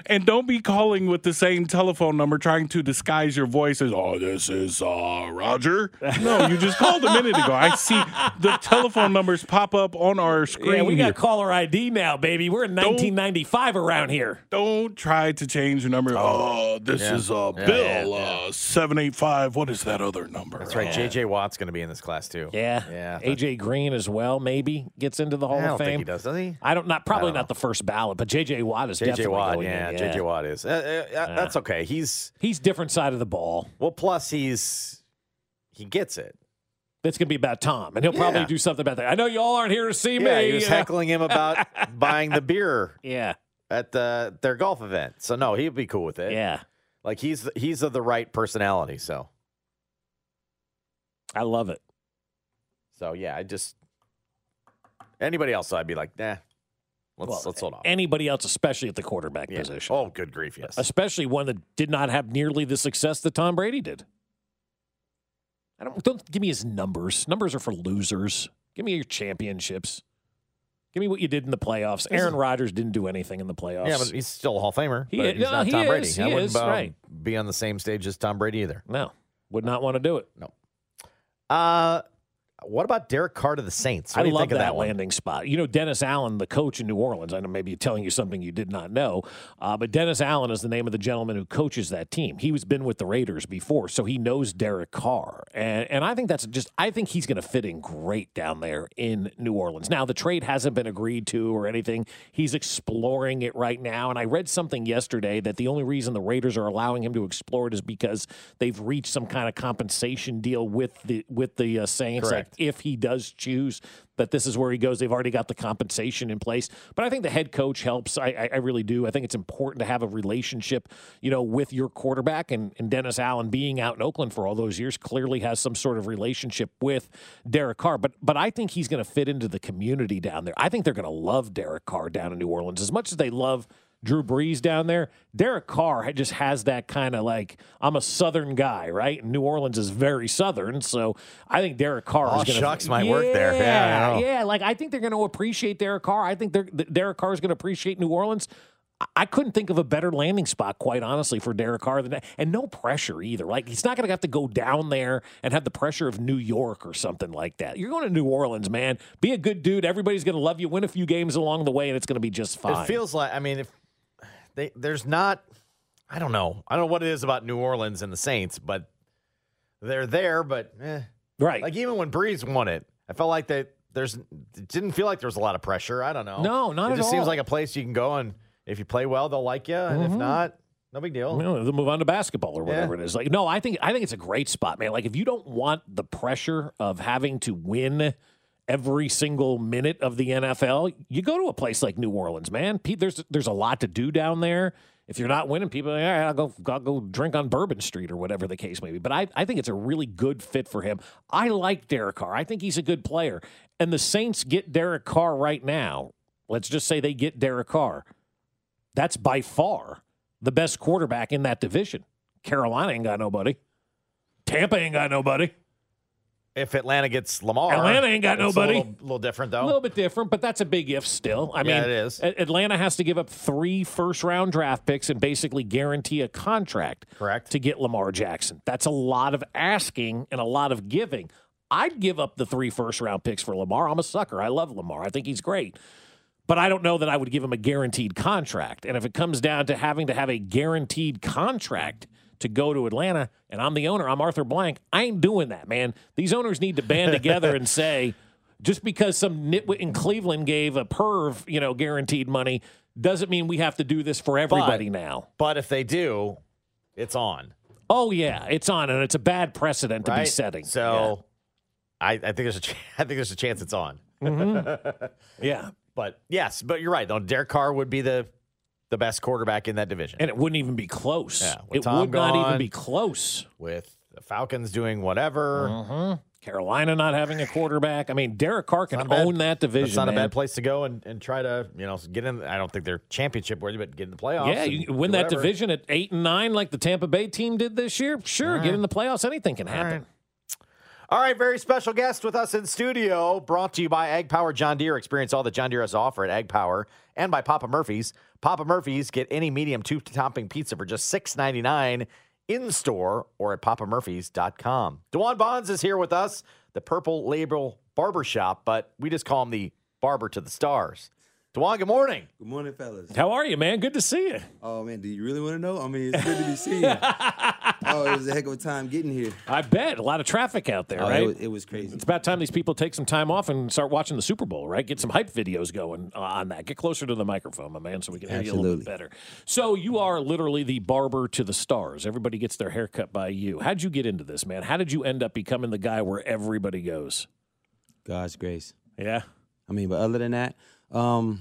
Speaker 5: And don't be calling with the same telephone number trying to disguise your voice as, oh, this is uh, Roger. No, you just called a minute ago. I see the telephone numbers pop up on our screen.
Speaker 3: Yeah, we
Speaker 5: here.
Speaker 3: got caller ID now, baby. We're in 1995 around here.
Speaker 5: Don't try to change your number. Oh, this
Speaker 2: Yeah.
Speaker 5: is uh,
Speaker 2: Yeah,
Speaker 5: Bill
Speaker 2: yeah, yeah.
Speaker 5: Uh, 785. What is that other number?
Speaker 2: That's right.
Speaker 5: Uh,
Speaker 2: JJ Watt's going to be in this class too.
Speaker 3: Yeah.
Speaker 2: Yeah. I
Speaker 3: AJ Green as well, maybe gets into the Hall
Speaker 2: don't
Speaker 3: of
Speaker 2: think
Speaker 3: Fame.
Speaker 2: he does, does he?
Speaker 3: I don't not probably
Speaker 2: don't
Speaker 3: not the first ballot, but JJ Watt is
Speaker 2: JJ
Speaker 3: definitely
Speaker 2: Watt,
Speaker 3: going
Speaker 2: yeah,
Speaker 3: in.
Speaker 2: JJ Watt is. Uh, uh, uh, that's okay. He's
Speaker 3: He's different side of the ball.
Speaker 2: well. Plus, he's he gets it.
Speaker 3: That's going to be about Tom, and he'll probably
Speaker 2: Yeah.
Speaker 3: do something about that. I know y'all aren't here to see
Speaker 2: yeah,
Speaker 3: me.
Speaker 2: he was
Speaker 3: you know?
Speaker 2: heckling him about buying the beer
Speaker 3: Yeah,
Speaker 2: at the their golf event. So no, he'd be cool with it.
Speaker 3: yeah.
Speaker 2: Like he's he's of the right personality, so
Speaker 3: I love it.
Speaker 2: So yeah, I just anybody else, I'd be like, nah, let's
Speaker 3: Well,
Speaker 2: let's hold off.
Speaker 3: Anybody else, especially at the quarterback
Speaker 2: Yeah.
Speaker 3: position.
Speaker 2: Oh, good grief, yes.
Speaker 3: Especially one that did not have nearly the success that Tom Brady did. I don't don't give me his numbers. Numbers are for losers. Give me your championships. Give me what you did in the playoffs. Aaron Rodgers didn't do anything in the playoffs.
Speaker 2: Yeah, but he's still a Hall of Famer.
Speaker 3: He
Speaker 2: but
Speaker 3: is-
Speaker 2: he's
Speaker 3: no,
Speaker 2: not
Speaker 3: he
Speaker 2: Tom Brady.
Speaker 3: is,
Speaker 2: I
Speaker 3: he
Speaker 2: wouldn't
Speaker 3: is,
Speaker 2: um,
Speaker 3: right.
Speaker 2: be on the same stage as Tom Brady either.
Speaker 3: No, would not want to do it.
Speaker 2: No. Uh, what about Derek Carr to the Saints? What
Speaker 3: I
Speaker 2: do you
Speaker 3: love
Speaker 2: think of
Speaker 3: that,
Speaker 2: that one?
Speaker 3: landing spot. You know, Dennis Allen, the coach in New Orleans. I know maybe telling you something you did not know, uh, but Dennis Allen is the name of the gentleman who coaches that team. He was been with the Raiders before, so he knows Derek Carr, and and I think that's just. I think he's going to fit in great down there in New Orleans. Now the trade hasn't been agreed to or anything. He's exploring it right now, and I read something yesterday that the only reason the Raiders are allowing him to explore it is because they've reached some kind of compensation deal with the with the uh, Saints. Like,
Speaker 2: Correct.
Speaker 3: if he does choose that this is where he goes. They've already got the compensation in place. But I think the head coach helps. I, I, I really do. I think it's important to have a relationship, you know, with your quarterback. And, and Dennis Allen being out in Oakland for all those years clearly has some sort of relationship with Derek Carr. But but I think he's going to fit into the community down there. I think they're going to love Derek Carr down in New Orleans as much as they love Drew Brees down there. Derek Carr had- just has that kind of like I'm a Southern guy, right? And New Orleans is very Southern, so I think Derek Carr
Speaker 2: Oh,
Speaker 3: is going
Speaker 2: shucks, might work there. Yeah, I
Speaker 3: Yeah,
Speaker 2: know.
Speaker 3: yeah, like I think they're going to appreciate Derek Carr. I think they're, th- Derek Carr is going to appreciate New Orleans. I- I couldn't think of a better landing spot, quite honestly, for Derek Carr than that. And no pressure either. Like, he's not going to have to go down there and have the pressure of New York or something like that. You're going to New Orleans, man. Be a good dude. Everybody's going to love you. Win a few games along the way, and it's going to be just fine.
Speaker 2: It feels like I mean, if they there's not, I don't know, I don't know what it is about New Orleans and the Saints, but they're there, but eh.
Speaker 3: right.
Speaker 2: Like even when Breeze won it, I felt like that there's it didn't feel like there was a lot of pressure. I don't know.
Speaker 3: No, not
Speaker 2: it
Speaker 3: at
Speaker 2: just seems
Speaker 3: all.
Speaker 2: like a place you can go and if you play well, they'll like you, and if
Speaker 3: Mhm.
Speaker 2: not, no big deal.
Speaker 3: You know, they'll move on to basketball or whatever it is. Like, no, I think I think it's a great spot, man. Like, if you don't want the pressure of having to win every single minute of the NFL, you go to a place like New Orleans, man. Pete, there's there's a lot to do down there. If you're not winning, people are like, all right, I'll go, I'll go drink on Bourbon Street or whatever the case may be. But I, I think it's a really good fit for him. I like Derek Carr. I think he's a good player. And the Saints get Derek Carr right now. Let's just say they get Derek Carr that's by far the best quarterback in that division. Carolina ain't got nobody. Tampa ain't got nobody.
Speaker 2: If Atlanta gets Lamar,
Speaker 3: Atlanta ain't got
Speaker 2: it's
Speaker 3: nobody.
Speaker 2: A little, little different
Speaker 3: A
Speaker 2: though.
Speaker 3: little bit different, but that's a big if still. I
Speaker 2: Yeah,
Speaker 3: mean,
Speaker 2: it is.
Speaker 3: A- Atlanta has to give up three first round draft picks and basically guarantee a contract
Speaker 2: Correct.
Speaker 3: to get Lamar Jackson. That's a lot of asking and a lot of giving. I'd give up the three first round picks for Lamar. I'm a sucker. I love Lamar. I think he's great. But I don't know that I would give him a guaranteed contract. And if it comes down to having to have a guaranteed contract to go to Atlanta, and I'm the owner, I'm Arthur Blank, I ain't doing that, man. These owners need to band together and say, just because some nitwit in Cleveland gave a perv, you know, guaranteed money, doesn't mean we have to do this for everybody
Speaker 2: But-
Speaker 3: now.
Speaker 2: But if they do, it's on.
Speaker 3: Oh yeah, it's on, and it's a bad precedent to
Speaker 2: right?
Speaker 3: be setting.
Speaker 2: So, I, I think there's a ch- I think there's a chance it's on.
Speaker 3: yeah. Mhm. yeah.
Speaker 2: But yes, but you're right. Though Derek Carr would be the the best quarterback in that division.
Speaker 3: and it wouldn't even be close.
Speaker 2: Yeah, with
Speaker 3: it
Speaker 2: Tom
Speaker 3: would not
Speaker 2: gone.
Speaker 3: even be close.
Speaker 2: with the Falcons doing whatever.
Speaker 3: Mhm. Carolina not having a quarterback. I mean, Derek Carr can
Speaker 2: Hmm, Not bad.
Speaker 3: own that division.
Speaker 2: It's not a
Speaker 3: man.
Speaker 2: bad place to go and, and try to, you know, get in. I don't think they're championship worthy, but get in the playoffs.
Speaker 3: Yeah,
Speaker 2: and
Speaker 3: you win
Speaker 2: do
Speaker 3: that
Speaker 2: whatever.
Speaker 3: division at eight and nine, like the Tampa Bay team did this year. Sure, get in the playoffs. Anything can happen.
Speaker 2: All right, very special guest with us in studio, brought to you by Ag Power John Deere. Experience all that John Deere has to offer at Ag Power and by Papa Murphy's. Papa Murphy's get any medium two topping pizza for just $6.99 in store or at papamurphy's.com. Dewan Bonds is here with us, the Purple Label Barbershop, but we just call him the Barber to the Stars. Dewan, good morning.
Speaker 14: Good morning, fellas.
Speaker 3: How are you, man? Good to see you.
Speaker 14: Oh man, do you really want to know? I mean, it's good to be seeing you. oh, it was a heck of a time getting here.
Speaker 3: I bet a lot of traffic out there,
Speaker 14: Oh, it
Speaker 3: right?
Speaker 14: was- it was crazy.
Speaker 3: It's about time these people take some time off and start watching the Super Bowl, right? Get some hype videos going uh, on that. Get closer to the microphone, my man, so we can hear you a little bit better. So you are literally the barber to the stars. Everybody gets their hair cut by you. How'd you get into this, man? How did you end up becoming the guy where everybody goes?
Speaker 14: God's grace.
Speaker 3: Yeah.
Speaker 14: I mean, but other than that, um,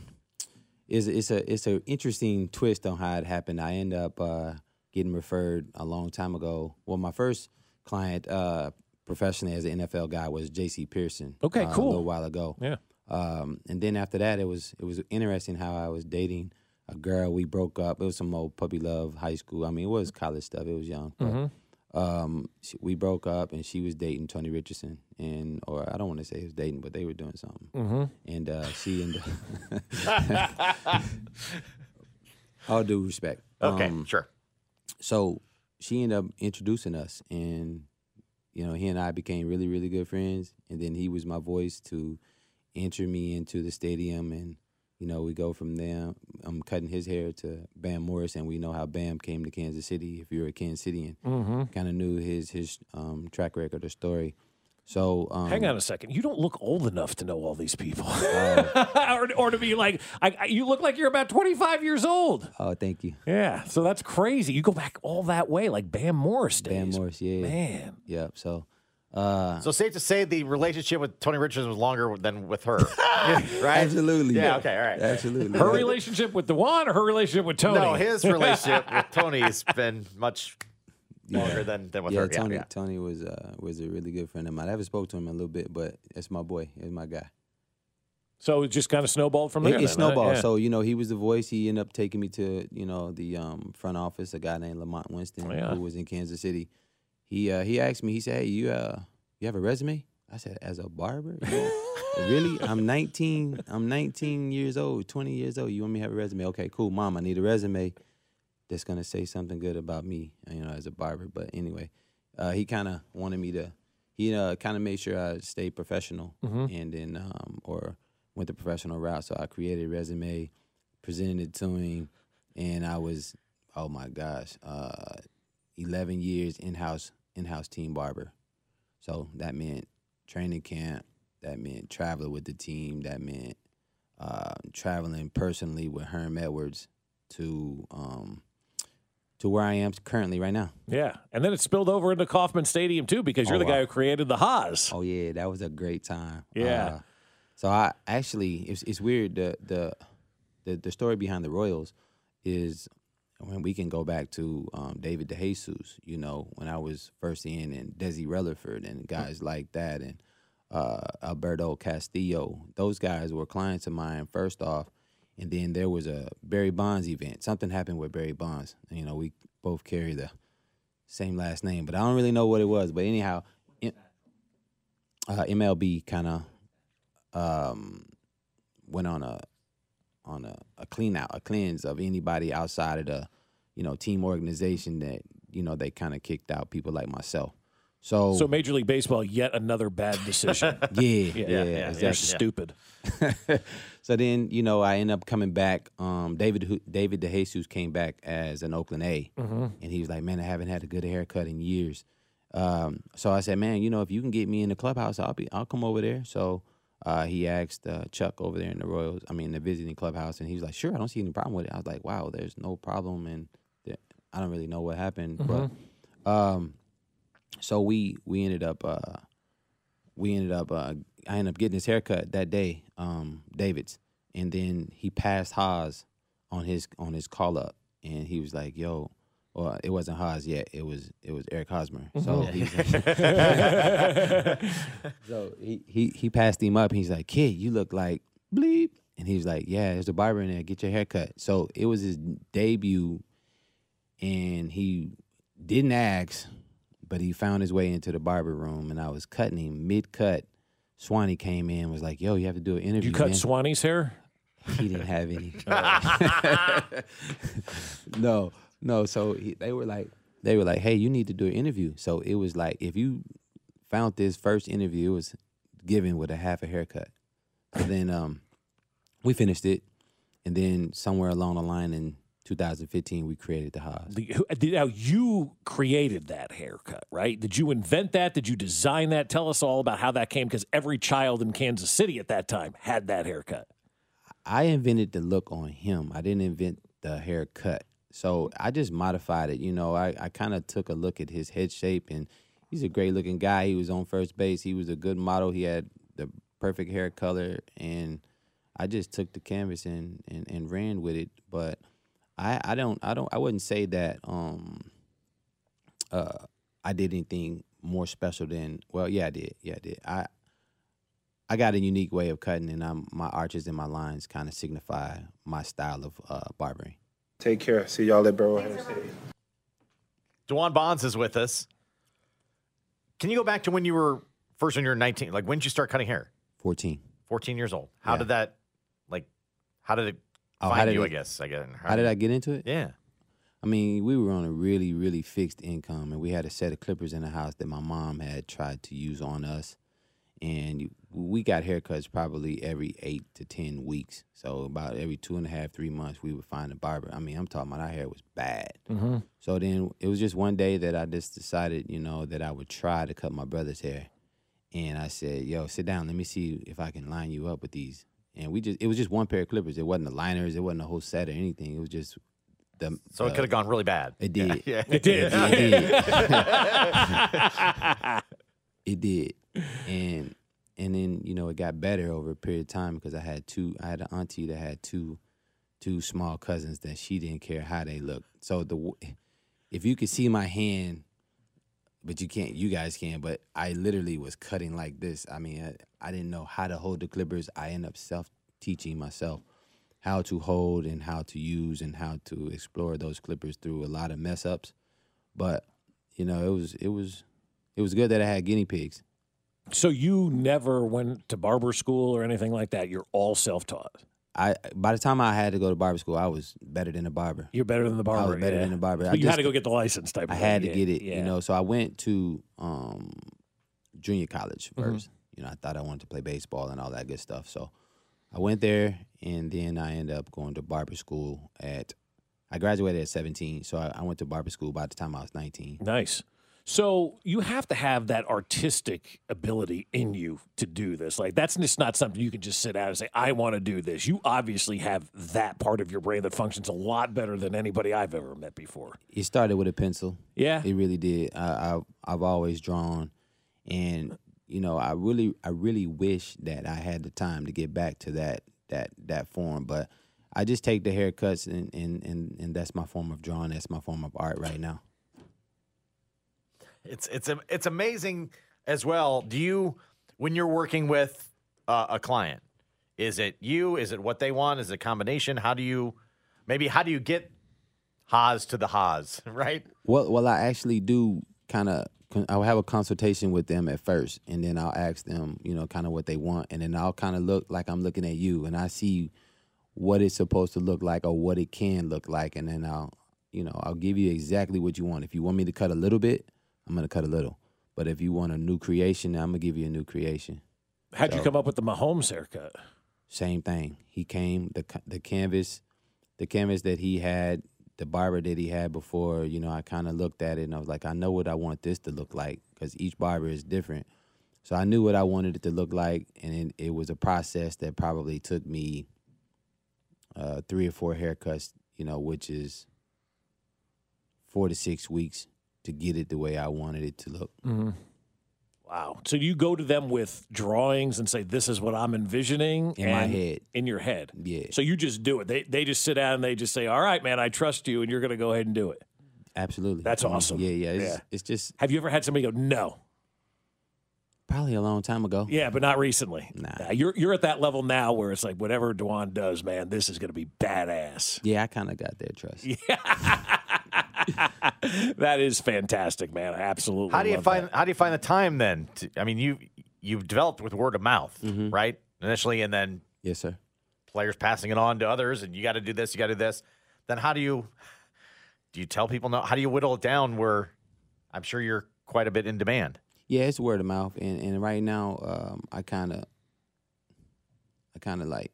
Speaker 14: is it's a it's a interesting twist on how it happened. I end up uh,
Speaker 15: getting referred a long time ago. Well, my first client uh, professionally as an NFL guy was J.C. Pearson.
Speaker 3: Okay,
Speaker 15: uh, A
Speaker 3: cool.
Speaker 15: little while ago.
Speaker 3: Yeah.
Speaker 15: Um, and then after that, it was it was interesting how I was dating a girl. We broke up. It was some old puppy love, high school. I mean, it was college stuff. It was young. but,
Speaker 13: Mhm.
Speaker 2: Mm-hmm.
Speaker 15: Um, she, we broke up, and she was dating Tony Richardson, and or I don't want to say he was dating, but they were doing something.
Speaker 2: Mm-hmm.
Speaker 13: Mhm.
Speaker 15: And uh, she and all due respect. Um,
Speaker 2: Okay, sure.
Speaker 15: So she ended up introducing us, and you know, he and I became really, really good friends. And then he was my voice to enter me into the stadium, and you know, we go from there. I'm cutting his hair to Bam Morris, and we know how Bam came to Kansas City. If you're a Kansas Citian,
Speaker 3: Mhm.
Speaker 15: kind of knew his his um, track record or story. So um,
Speaker 3: Hang on a second. You don't look old enough to know all these people, or, or to be like, I, I, you look like you're about 25 years old.
Speaker 15: Oh, thank you.
Speaker 3: Yeah, so that's crazy. You go back all that way, like Bam Morris days.
Speaker 15: Bam Morris, yeah,
Speaker 3: man,
Speaker 15: yep. So, uh,
Speaker 2: So safe to say the relationship with Tony Richardson was longer than with her, right?
Speaker 15: Absolutely.
Speaker 2: Yeah. Okay. All right.
Speaker 15: Absolutely.
Speaker 3: her relationship with the one, or her relationship with Tony?
Speaker 2: No, his relationship with Tony's been much longer than than with
Speaker 15: yeah,
Speaker 2: her.
Speaker 15: Tony.
Speaker 2: Yeah, yeah.
Speaker 15: Tony was uh, was a really good friend of mine. I haven't spoke to him in a little bit, but it's my boy. It's my guy.
Speaker 3: So it just kind of snowballed from
Speaker 15: it,
Speaker 3: there.
Speaker 15: it
Speaker 3: then, right?
Speaker 15: snowballed.
Speaker 3: Yeah.
Speaker 15: So you know, he was the voice. He ended up taking me to you know the um, front office. A guy named Lamont Winston,
Speaker 3: Oh, yeah.
Speaker 15: who was in Kansas City. He uh, he asked me. He said, "Hey, you uh, you have a resume?" I said, "As a barber." Yeah. really? I'm 19. I'm 19 years old. 20 years old. You want me to have a resume? Okay, cool, mom. I need a resume that's gonna say something good about me. You know, as a barber. But anyway, uh, he kind of wanted me to. He uh, kind of made sure I stayed professional,
Speaker 13: Mhm.
Speaker 15: and then um, or went the professional route. So I created a resume, presented it to him, and I was, oh my gosh, uh, 11 years in house in house team barber. So that meant training camp. That meant traveling with the team. That meant uh, traveling personally with Herm Edwards to um, to where I am currently right now.
Speaker 3: Yeah, and then it spilled over into Kauffman Stadium too, because you're
Speaker 15: Oh,
Speaker 3: the guy
Speaker 15: wow.
Speaker 3: who created the Haas.
Speaker 15: Oh yeah, that was a great time.
Speaker 3: Yeah.
Speaker 15: Uh, so I actually, it's, it's weird. The, the the the story behind the Royals is when we can go back to um, David DeJesus. You know, when I was first in, and Desi Rutherford, and guys like that, and uh, Alberto Castillo. Those guys were clients of mine. First off, and then there was a Barry Bonds event. Something happened with Barry Bonds. You know, we both carry the same last name, but I don't really know what it was. But anyhow, in- uh, MLB kind of um, went on a on a, a clean out, a cleanse of anybody outside of the you know team organization that you know they kind of kicked out people like myself. So,
Speaker 3: So Major League Baseball, yet another bad decision.
Speaker 15: yeah, yeah,
Speaker 3: yeah,
Speaker 15: exactly.
Speaker 3: They're stupid.
Speaker 15: so then you know I end up coming back. Um, David Hu- David DeJesus came back as an Oakland A,
Speaker 13: Mhm.
Speaker 15: and he was like, "Man, I haven't had a good haircut in years." Um, so I said, "Man, you know, if you can get me in the clubhouse, I'll be I'll come over there." So uh, he asked uh, Chuck over there in the Royals, I mean the visiting clubhouse, and he was like, "Sure, I don't see any problem with it." I was like, "Wow, there's no problem," and th- I don't really know what happened, but um, so we we ended up. Uh, we ended up uh, I ended up getting his haircut that day, um, David's, and then he passed Haas on his on his call up, and he was like, "Yo." Well, it wasn't Haas yet. It was it was Eric Hosmer. So,
Speaker 13: Mhm.
Speaker 15: he was- so he, he he passed him up. He's like, "Kid, you look like bleep," and he was like, "Yeah, there's a barber in there. Get your haircut." So it was his debut, and he didn't ask but he found his way into the barber room, and I was cutting him mid cut. Swanee came in, was like, "Yo, you have to do an interview."
Speaker 3: You cut
Speaker 15: man."
Speaker 3: Swanee's hair?
Speaker 15: He didn't have any. no, no. So he, they were like, they were like, "Hey, you need to do an interview." So it was like, if you found this first interview, it was given with a half a haircut. So then, um, we finished it, and then somewhere along the line in 2015, we created the Haas.
Speaker 3: The, who, did, now you created that haircut, right? Did you invent that? Did you design that? Tell us all about how that came, because every child in Kansas City at that time had that haircut.
Speaker 15: I invented the look on him. I didn't invent the haircut. So I just modified it. You know, I, I kind of took a look at his head shape, and he's a great looking guy. He was on first base. He was a good model. He had the perfect hair color, and I just took the canvas and, and, and ran with it. But I, I don't I don't I wouldn't say that um uh I did anything more special than well yeah I did yeah I did I I got a unique way of cutting and I'm my arches and my lines kind of signify my style of uh barbering.
Speaker 4: Take care. See y'all at Burrowhead Stadium.
Speaker 2: Dewan Bonds is with us. Can you go back to when you were first when you were 19? Like when did you start cutting hair?
Speaker 15: 14.
Speaker 2: 14 years old. How did that like how did it
Speaker 15: Oh, how
Speaker 2: find
Speaker 15: did
Speaker 2: you, I
Speaker 15: it-
Speaker 2: guess? I guess.
Speaker 15: How did I get into it?
Speaker 2: Yeah.
Speaker 15: I mean, we were on a really, really fixed income, and we had a set of clippers in the house that my mom had tried to use on us. And you- we got haircuts probably every eight to 10 weeks. So, about every two and a half, three months, we would find a barber. I mean, I'm talking about our hair was bad.
Speaker 3: Mhm.
Speaker 15: So then it was just one day that I just decided, you know, that I would try to cut my brother's hair. And I said, yo, sit down. Let me see if I can line you up with these. And we just, it was just one pair of clippers. It wasn't the liners, it wasn't a whole set or anything. It was just the.
Speaker 2: So it
Speaker 15: the-
Speaker 2: could have gone really bad.
Speaker 15: It did.
Speaker 2: Yeah.
Speaker 15: It did. It it did. And and then you know it got better over a period of time because I had two. I had an auntie that had two two small cousins that she didn't care how they looked. So the w- if you could see my hand, but you can't. You guys can. But I literally was cutting like this. I mean, I, I didn't know how to hold the clippers. I ended up self teaching myself how to hold and how to use and how to explore those clippers through a lot of mess ups. But you know, it was it was it was good that I had guinea pigs.
Speaker 3: So you never went to barber school or anything like that. You're all self-taught.
Speaker 15: I by the time I had to go to barber school, I was better than a barber.
Speaker 3: You're better than the barber.
Speaker 15: I was better
Speaker 3: yeah.
Speaker 15: than a barber.
Speaker 3: But
Speaker 15: I
Speaker 3: you had
Speaker 15: just-
Speaker 3: to go get the license type.
Speaker 15: I
Speaker 3: of
Speaker 15: had to
Speaker 3: thing.
Speaker 15: get it,
Speaker 3: Yeah.
Speaker 15: you know. So I went to um, junior college 1st
Speaker 3: Mhm.
Speaker 15: You know, I thought I wanted to play baseball and all that good stuff. So I went there, and then I ended up going to barber school at. I graduated at 17, so I, I went to barber school by the time I was 19.
Speaker 3: Nice. So you have to have that artistic ability in you to do this. Like that's just not something you can just sit down and say, "I want to do this." You obviously have that part of your brain that functions a lot better than anybody I've ever met before.
Speaker 15: It started with a pencil.
Speaker 3: Yeah.
Speaker 15: it really did. I, I I've always drawn, and you know, I really I really wish that I had the time to get back to that that that form, but I just take the haircuts and and and, and that's my form of drawing. That's my form of art right now.
Speaker 2: It's it's am- it's amazing as well. Do you when you're working with uh, a client, is it you? Is it what they want? Is it a combination? How do you maybe how do you get Haas to the Haas? Right?
Speaker 15: Well, well, I actually do kind of. I'll have a consultation with them at first, and then I'll ask them, you know, kind of what they want, and then I'll kind of look like I'm looking at you, and I see what it's supposed to look like or what it can look like, and then I'll, you know, I'll give you exactly what you want. If you want me to cut a little bit, I'm gonna cut a little, but if you want a new creation, I'm gonna give you a new creation.
Speaker 3: How'd you
Speaker 15: So-
Speaker 3: come up with the Mahomes haircut?
Speaker 15: same thing. He came the ca- the canvas, the canvas that he had, the barber that he had before. You know, I kind of looked at it and I was like, I know what I want this to look like because each barber is different. So I knew what I wanted it to look like, and it, it was a process that probably took me uh, three or four haircuts. You know, which is four to six weeks to get it the way I wanted it to look.
Speaker 3: Mm-hmm. Wow. So you go to them with drawings and say, "This is what I'm envisioning
Speaker 15: In my
Speaker 3: and-
Speaker 15: head.
Speaker 3: in your head."
Speaker 15: Yeah.
Speaker 3: So you just do it. They they just sit down and they just say, "All right, man, I trust you, and you're going to go ahead and do it."
Speaker 15: Absolutely.
Speaker 3: That's
Speaker 15: I mean,
Speaker 3: awesome.
Speaker 15: Yeah, yeah. It's,
Speaker 3: Yeah.
Speaker 15: it's just
Speaker 3: Have you ever had somebody go, "No"?
Speaker 15: probably a long time ago.
Speaker 3: Yeah, but not recently.
Speaker 15: Nah.
Speaker 3: Nah, you're you're at that level now where it's like whatever Dwan does, man, this is going to be badass.
Speaker 15: Yeah, I kind of got that trust.
Speaker 3: that is fantastic, man. I absolutely.
Speaker 2: How do you
Speaker 3: love
Speaker 2: find
Speaker 3: that.
Speaker 2: how do you find the time then? To, I mean, you you've developed with word of mouth,
Speaker 3: Mm-hmm.
Speaker 2: right? Initially, and then
Speaker 15: Yes, sir.
Speaker 2: players passing it on to others, and you got to do this, you got to do this. Then how do you do you tell people no? How do you whittle it down? Where I'm sure you're quite a bit in demand.
Speaker 15: Yeah, it's word of mouth, and and right now, um, I kind of, I kind of like,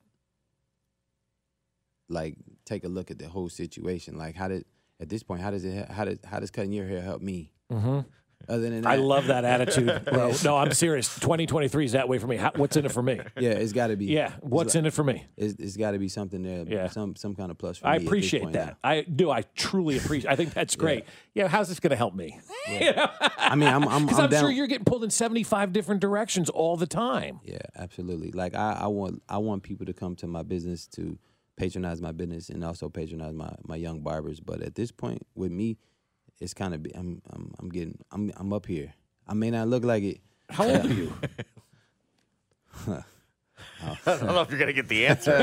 Speaker 15: like take a look at the whole situation. Like, how did at this point, how does it, he- how does how does cutting your hair help me?
Speaker 3: Mhm.
Speaker 15: Other than that,
Speaker 3: I love that attitude, bro. no, I'm serious. 2023 is that way for me. How, what's in it for me?
Speaker 15: Yeah, it's got to be.
Speaker 3: Yeah, what's in it for me?
Speaker 15: It's, it's got to be something there.
Speaker 3: Yeah.
Speaker 15: some some kind of plus. For
Speaker 3: I
Speaker 15: me at this
Speaker 3: appreciate
Speaker 15: point
Speaker 3: that.
Speaker 15: now.
Speaker 3: I do. I truly appreciate. I think that's great. Yeah, how's this going to help me? I
Speaker 15: mean, I'm- I'm-
Speaker 3: because
Speaker 15: I'm
Speaker 3: I'm, sure
Speaker 15: down-
Speaker 3: you're getting pulled in 75 different directions all the time.
Speaker 15: Yeah, absolutely. Like I, I want I want people to come to my business to patronize my business and also patronize my, my young barbers. But at this point, with me, it's kind of I'm, I'm I'm getting I'm I'm up here. I may not look like it.
Speaker 3: How old are you?
Speaker 15: Oh.
Speaker 2: I don't know if you're gonna get the answer.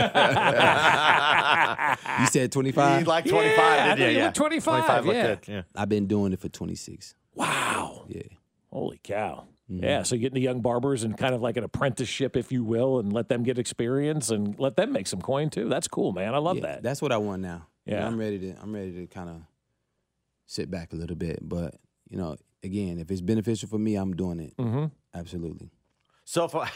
Speaker 15: you said 25.
Speaker 2: You like 25, Yeah, I didn't thought you? you Yeah. looked 25, 25 looked yeah. good, yeah.
Speaker 15: I've been doing it for 26.
Speaker 3: Wow.
Speaker 15: Yeah.
Speaker 3: Holy cow.
Speaker 2: Hmm.
Speaker 3: Yeah, so getting the young barbers and kind of like an apprenticeship, if you will, and let them get experience and let them make some coin too. That's cool, man. I love
Speaker 15: Yeah,
Speaker 3: that.
Speaker 15: That's what I want now. You know,
Speaker 3: Yeah.
Speaker 15: I'm ready to. I'm ready to kind of sit back a little bit, but you know, again, if it's beneficial for me, I'm doing it.
Speaker 3: Mm-hmm.
Speaker 2: Mhm.
Speaker 15: Absolutely.
Speaker 2: So if I,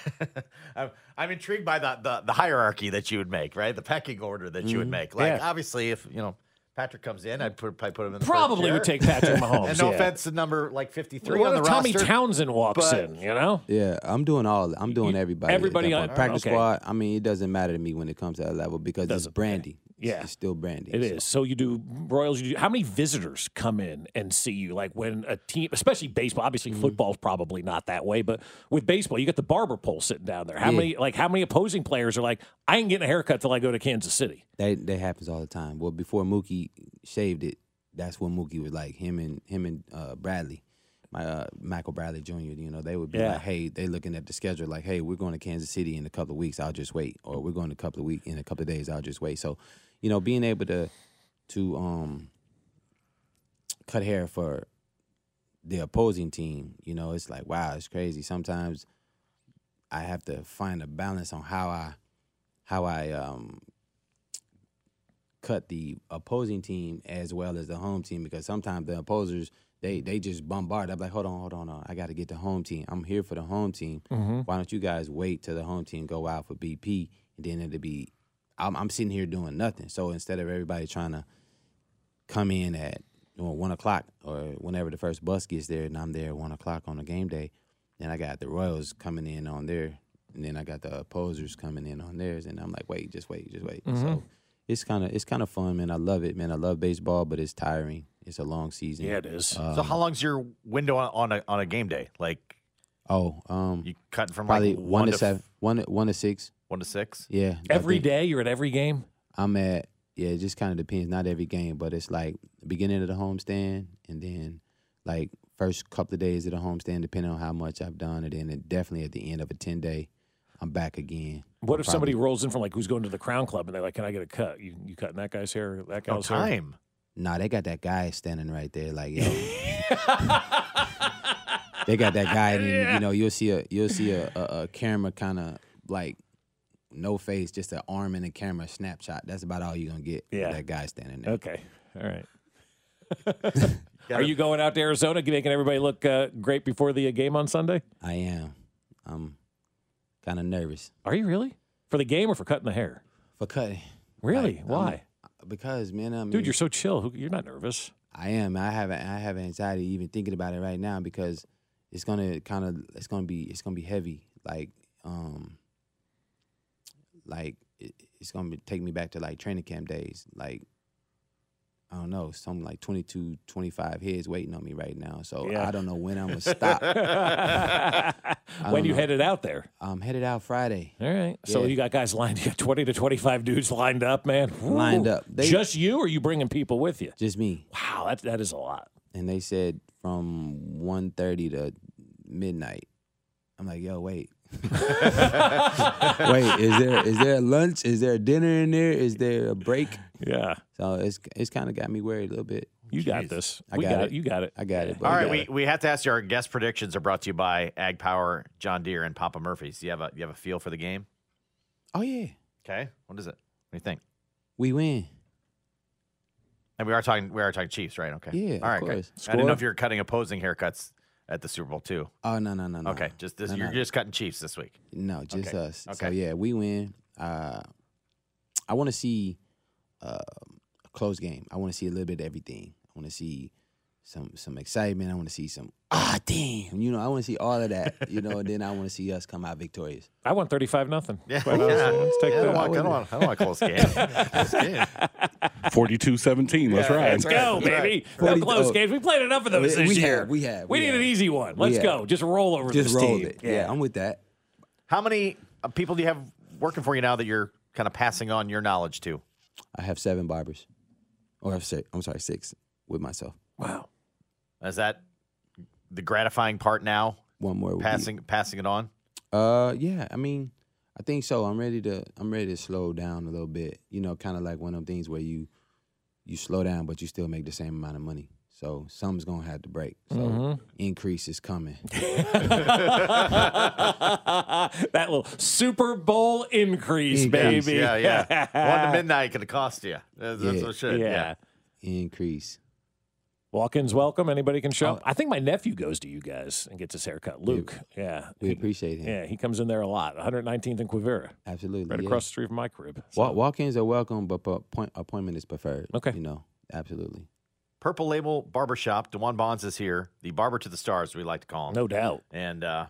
Speaker 2: I'm, I'm intrigued by the, the the hierarchy that you would make, right? The pecking order that you would
Speaker 3: Mhm.
Speaker 2: make. Like
Speaker 3: Yeah.
Speaker 2: obviously, if you know Patrick comes in, I'd put, probably put him in. The first
Speaker 3: Probably
Speaker 2: chair.
Speaker 3: would take Patrick Mahomes,
Speaker 2: and no
Speaker 3: yeah.
Speaker 2: offense to number like 53
Speaker 3: What
Speaker 2: on the
Speaker 3: if Tommy
Speaker 2: roster,
Speaker 3: Townsend walks
Speaker 2: but-
Speaker 3: in, you know?
Speaker 15: Yeah, I'm doing all. I'm doing everybody. at
Speaker 3: Oh. everybody
Speaker 15: that
Speaker 3: on-
Speaker 15: point. practice
Speaker 3: okay.
Speaker 15: squad. I mean, it doesn't matter to me when it comes to that level because it's brandy.
Speaker 3: Yeah.
Speaker 15: it's still brandy.
Speaker 3: It is. So you do Royals. You do how many visitors come in and see you? Like when a team, especially baseball. Obviously,
Speaker 15: Mm-hmm.
Speaker 3: football's probably not that way, but with baseball, you got the barber pole sitting down there. How
Speaker 15: Yeah.
Speaker 3: many? Like how many opposing players are like, I ain't getting a haircut till I go to Kansas City.
Speaker 15: That that happens all the time. Well, before Mookie shaved it, that's when Mookie was like him and him and uh, Bradley, my uh, Michael Bradley Jr. You know, they would be
Speaker 3: Yeah.
Speaker 15: like, hey, they looking at the schedule like, hey, we're going to Kansas City in a couple of weeks. I'll just wait, or we're going to a couple of week in a couple of days. I'll just wait. So, you know, being able to to um cut hair for the opposing team, you know, it's like wow, it's crazy. Sometimes I have to find a balance on how I how I um cut the opposing team as well as the home team because sometimes the opposers they they just bombard. I'm like, hold on, hold on, hold on. I got to get the home team. I'm here for the home team.
Speaker 3: Mhm.
Speaker 15: Why don't you guys wait till the home team go out for BP and then it'll be I'm, I'm sitting here doing nothing. So instead of everybody trying to come in at you know, one o'clock or whenever the first bus gets there, and I'm there at one o'clock on a game day, then I got the Royals coming in on there, and then I got the opposers coming in on theirs, and I'm like, wait, just wait, just wait.
Speaker 3: Mhm.
Speaker 15: So it's kind of it's kind of fun, man. I love it, man. I love baseball, but it's tiring. It's a long season.
Speaker 2: Yeah, it is. so
Speaker 15: Um,
Speaker 2: how long's your window on, on a on a game day? Like
Speaker 15: oh, um,
Speaker 2: you cutting from
Speaker 15: probably
Speaker 2: like
Speaker 15: one to
Speaker 2: f-
Speaker 15: seven, one one to six.
Speaker 2: one to six.
Speaker 15: Yeah, I
Speaker 3: Every
Speaker 15: think-
Speaker 3: day you're at every game.
Speaker 15: I'm at yeah, it just kind of depends. Not every game, but it's like beginning of the homestand, and then like first couple of days of the homestand, depending on how much I've done, and then it definitely at the end of a ten day, I'm back again.
Speaker 3: What if
Speaker 15: Probably-
Speaker 3: somebody rolls in from like who's going to the Crown Club and they're like, "Can I get a cut? You you cutting that guy's hair? That
Speaker 15: No
Speaker 3: guy's hair?"
Speaker 15: Oh, time. Nah, they got that guy standing right there, like yo. they got that guy, and then, you know you'll see a you'll see a, a, a camera kind of like no face, just an arm in a camera snapshot. That's about all you're gonna get. with
Speaker 3: Yeah.
Speaker 15: that guy standing there.
Speaker 3: Okay, all right. Are you going out to Arizona, making everybody look uh, great before the uh, game on Sunday?
Speaker 15: I am. I'm kind of nervous
Speaker 3: Are you really for the game or for cutting the hair?
Speaker 15: for cutting.
Speaker 3: Really?
Speaker 15: Like, I'm-
Speaker 3: Why?
Speaker 15: Um, uh, because man, I mean,
Speaker 3: Dude, you're so chill. Who- You're not nervous.
Speaker 15: I am. I have. I have anxiety even thinking about it right now because it's gonna kind of. It's gonna be. It's gonna be heavy. Like, um, like it, it's gonna be, take me back to like training camp days. Like, I don't know, something like 22, 25 heads waiting on me right now. So
Speaker 3: Yeah.
Speaker 15: I don't know when I'm gonna stop. I
Speaker 3: when
Speaker 15: don't
Speaker 3: you
Speaker 15: know.
Speaker 3: headed out there?
Speaker 15: I'm headed out Friday.
Speaker 3: All right. So
Speaker 15: Yeah.
Speaker 3: you got guys lined. You got 20 to 25 dudes lined up, man. Woo.
Speaker 15: Lined up. They-
Speaker 3: Just you, or are you bringing people with you?
Speaker 15: Just me.
Speaker 3: Wow, that, that is a lot.
Speaker 15: and they said from 1.30 to midnight i'm like yo wait wait is there is there a lunch is there a dinner in there is there a break
Speaker 3: yeah
Speaker 15: so it's it's kind of got me worried a little bit
Speaker 3: you got this
Speaker 15: i
Speaker 2: We
Speaker 15: got,
Speaker 2: got
Speaker 15: it.
Speaker 2: it.
Speaker 3: You got it
Speaker 15: i got it
Speaker 2: All right, we, we have to ask you. Our guest predictions are brought to you by Ag Power, John Deere, and Papa Murphy's. Do you have a you have a feel for the game?
Speaker 15: oh yeah
Speaker 2: Okay, what is it? What do you think?
Speaker 15: we win
Speaker 2: And we are talking we are talking Chiefs, right? Okay.
Speaker 15: Yeah,
Speaker 2: All
Speaker 15: of
Speaker 2: right. Great.
Speaker 15: course.
Speaker 2: I didn't know
Speaker 15: Score?
Speaker 2: if you were cutting opposing haircuts at the Super Bowl too.
Speaker 15: oh no no no no
Speaker 2: Okay, just this.
Speaker 15: No,
Speaker 2: you're
Speaker 15: no.
Speaker 2: just cutting Chiefs this week.
Speaker 15: No, just
Speaker 2: Okay.
Speaker 15: us. So
Speaker 2: Okay.
Speaker 15: yeah, we win. Uh, I want to see uh, a close game. I want to see a little bit of everything. I want to see some some excitement. I want to see some ah damn. You know, I want to see all of that. You know, and then I want to see us come out victorious.
Speaker 3: I want 35 nothing.
Speaker 2: Yeah.
Speaker 3: Quite honestly. Let's take
Speaker 2: I
Speaker 3: that.
Speaker 2: don't want, I don't want, I don't want a close game. Close game.
Speaker 5: 42-17. Let's
Speaker 3: Yeah,
Speaker 5: ride.
Speaker 3: Let's go, baby.
Speaker 5: Forty-
Speaker 3: No close
Speaker 15: oh.
Speaker 3: games. We played enough of those
Speaker 15: We-
Speaker 3: this
Speaker 15: we
Speaker 3: year.
Speaker 15: have, we have,
Speaker 3: We
Speaker 15: we
Speaker 3: need
Speaker 15: have.
Speaker 3: an easy one.
Speaker 15: We
Speaker 3: Let's
Speaker 15: have.
Speaker 3: go. Just roll over
Speaker 15: Just
Speaker 3: this
Speaker 15: roll
Speaker 3: team.
Speaker 15: it. Yeah. I'm with that.
Speaker 2: How many uh, people do you have working for you now that you're kind of passing on your knowledge to?
Speaker 15: I have seven barbers, or I've said I'm sorry, six with myself.
Speaker 2: Wow. Is that the gratifying part now?
Speaker 15: One more would be-
Speaker 2: passing passing it on.
Speaker 15: Uh, yeah. I mean, I think so. I'm ready to. I'm ready to slow down a little bit. You know, kind of like one of them things where you you slow down, but you still make the same amount of money. So something's gonna have to break. So
Speaker 3: Mhm.
Speaker 15: increase is coming.
Speaker 3: that little Super Bowl increase,
Speaker 2: Increase.
Speaker 3: baby.
Speaker 2: Yeah, yeah. One to midnight could cost you. That's, that's what it should. Yeah.
Speaker 15: Increase. Oh.
Speaker 3: Walk-ins welcome. Anybody can show up. I think my nephew goes to you guys and gets his haircut. Luke. Yeah.
Speaker 15: We appreciate him.
Speaker 3: Yeah, he comes in there a lot. 119th and Quivira.
Speaker 15: Absolutely.
Speaker 3: Right
Speaker 15: yeah.
Speaker 3: across the street from my crib.
Speaker 15: Wa- Walk-ins are welcome, but but appoint- appointment is preferred. Okay. You know, absolutely.
Speaker 2: Purple Label Barbershop. Dewan Bonds is here. The barber to the stars, we like to call him.
Speaker 3: No doubt.
Speaker 2: And uh,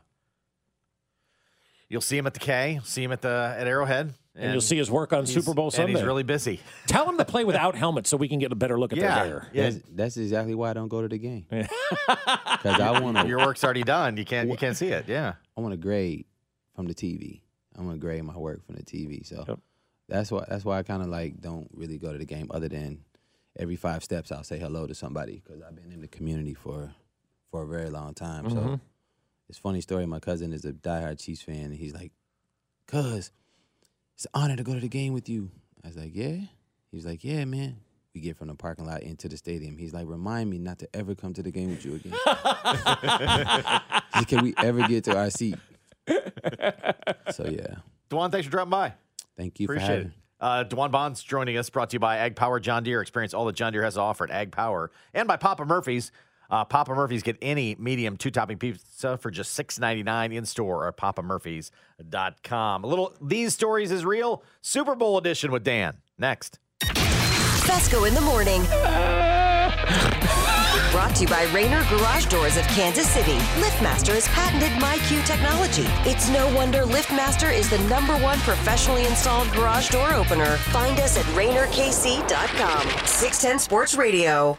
Speaker 2: you'll see him at the K. You'll see him at the at Arrowhead.
Speaker 3: And you'll see his work on
Speaker 2: he's-
Speaker 3: Super Bowl
Speaker 2: And he's
Speaker 3: Sunday.
Speaker 2: really busy.
Speaker 3: Tell him to play without helmets so we can get a better look at
Speaker 2: Yeah,
Speaker 3: their hair.
Speaker 2: yeah.
Speaker 15: That's, that's exactly why I don't go to the game. Because I want to.
Speaker 2: Your work's already done. You can't you can't see it. Yeah.
Speaker 15: I want to grade from the TV. I want to grade my work from the TV. So that's why that's why I kind of like don't really go to the game other than every five steps I'll say hello to somebody because I've been in the community for for a very long time. So
Speaker 12: Mm-hmm.
Speaker 3: Mhm.
Speaker 15: it's a funny story. My cousin is a diehard Chiefs fan, and he's like, "Cuz, it's an honor to go to the game with you." I was like, "Yeah." He's like, "Yeah, man." We get from the parking lot into the stadium. He's like, "Remind me not to ever come to the game with you again." He's like, Can we ever get to our seat? So yeah,
Speaker 2: Dewan, thanks for dropping by.
Speaker 15: thank you for
Speaker 2: Appreciate
Speaker 15: having.
Speaker 2: it. Uh, Dewan Bonds joining us, brought to you by Ag Power John Deere. Experience all that John Deere has to offer at Ag Power and by Papa Murphy's. Uh, Papa Murphy's get any medium two topping pizza for just six ninety nine in store or at papamurphys.com. A little These Stories is Real Super Bowl edition with Dan. Next.
Speaker 9: Fesco in the morning. Brought to you by Rainer Garage Doors of Kansas City. LiftMaster has patented MyQ technology. It's no wonder LiftMaster is the number one professionally installed garage door opener. Find us at RainerKC.com. 610 Sports Radio.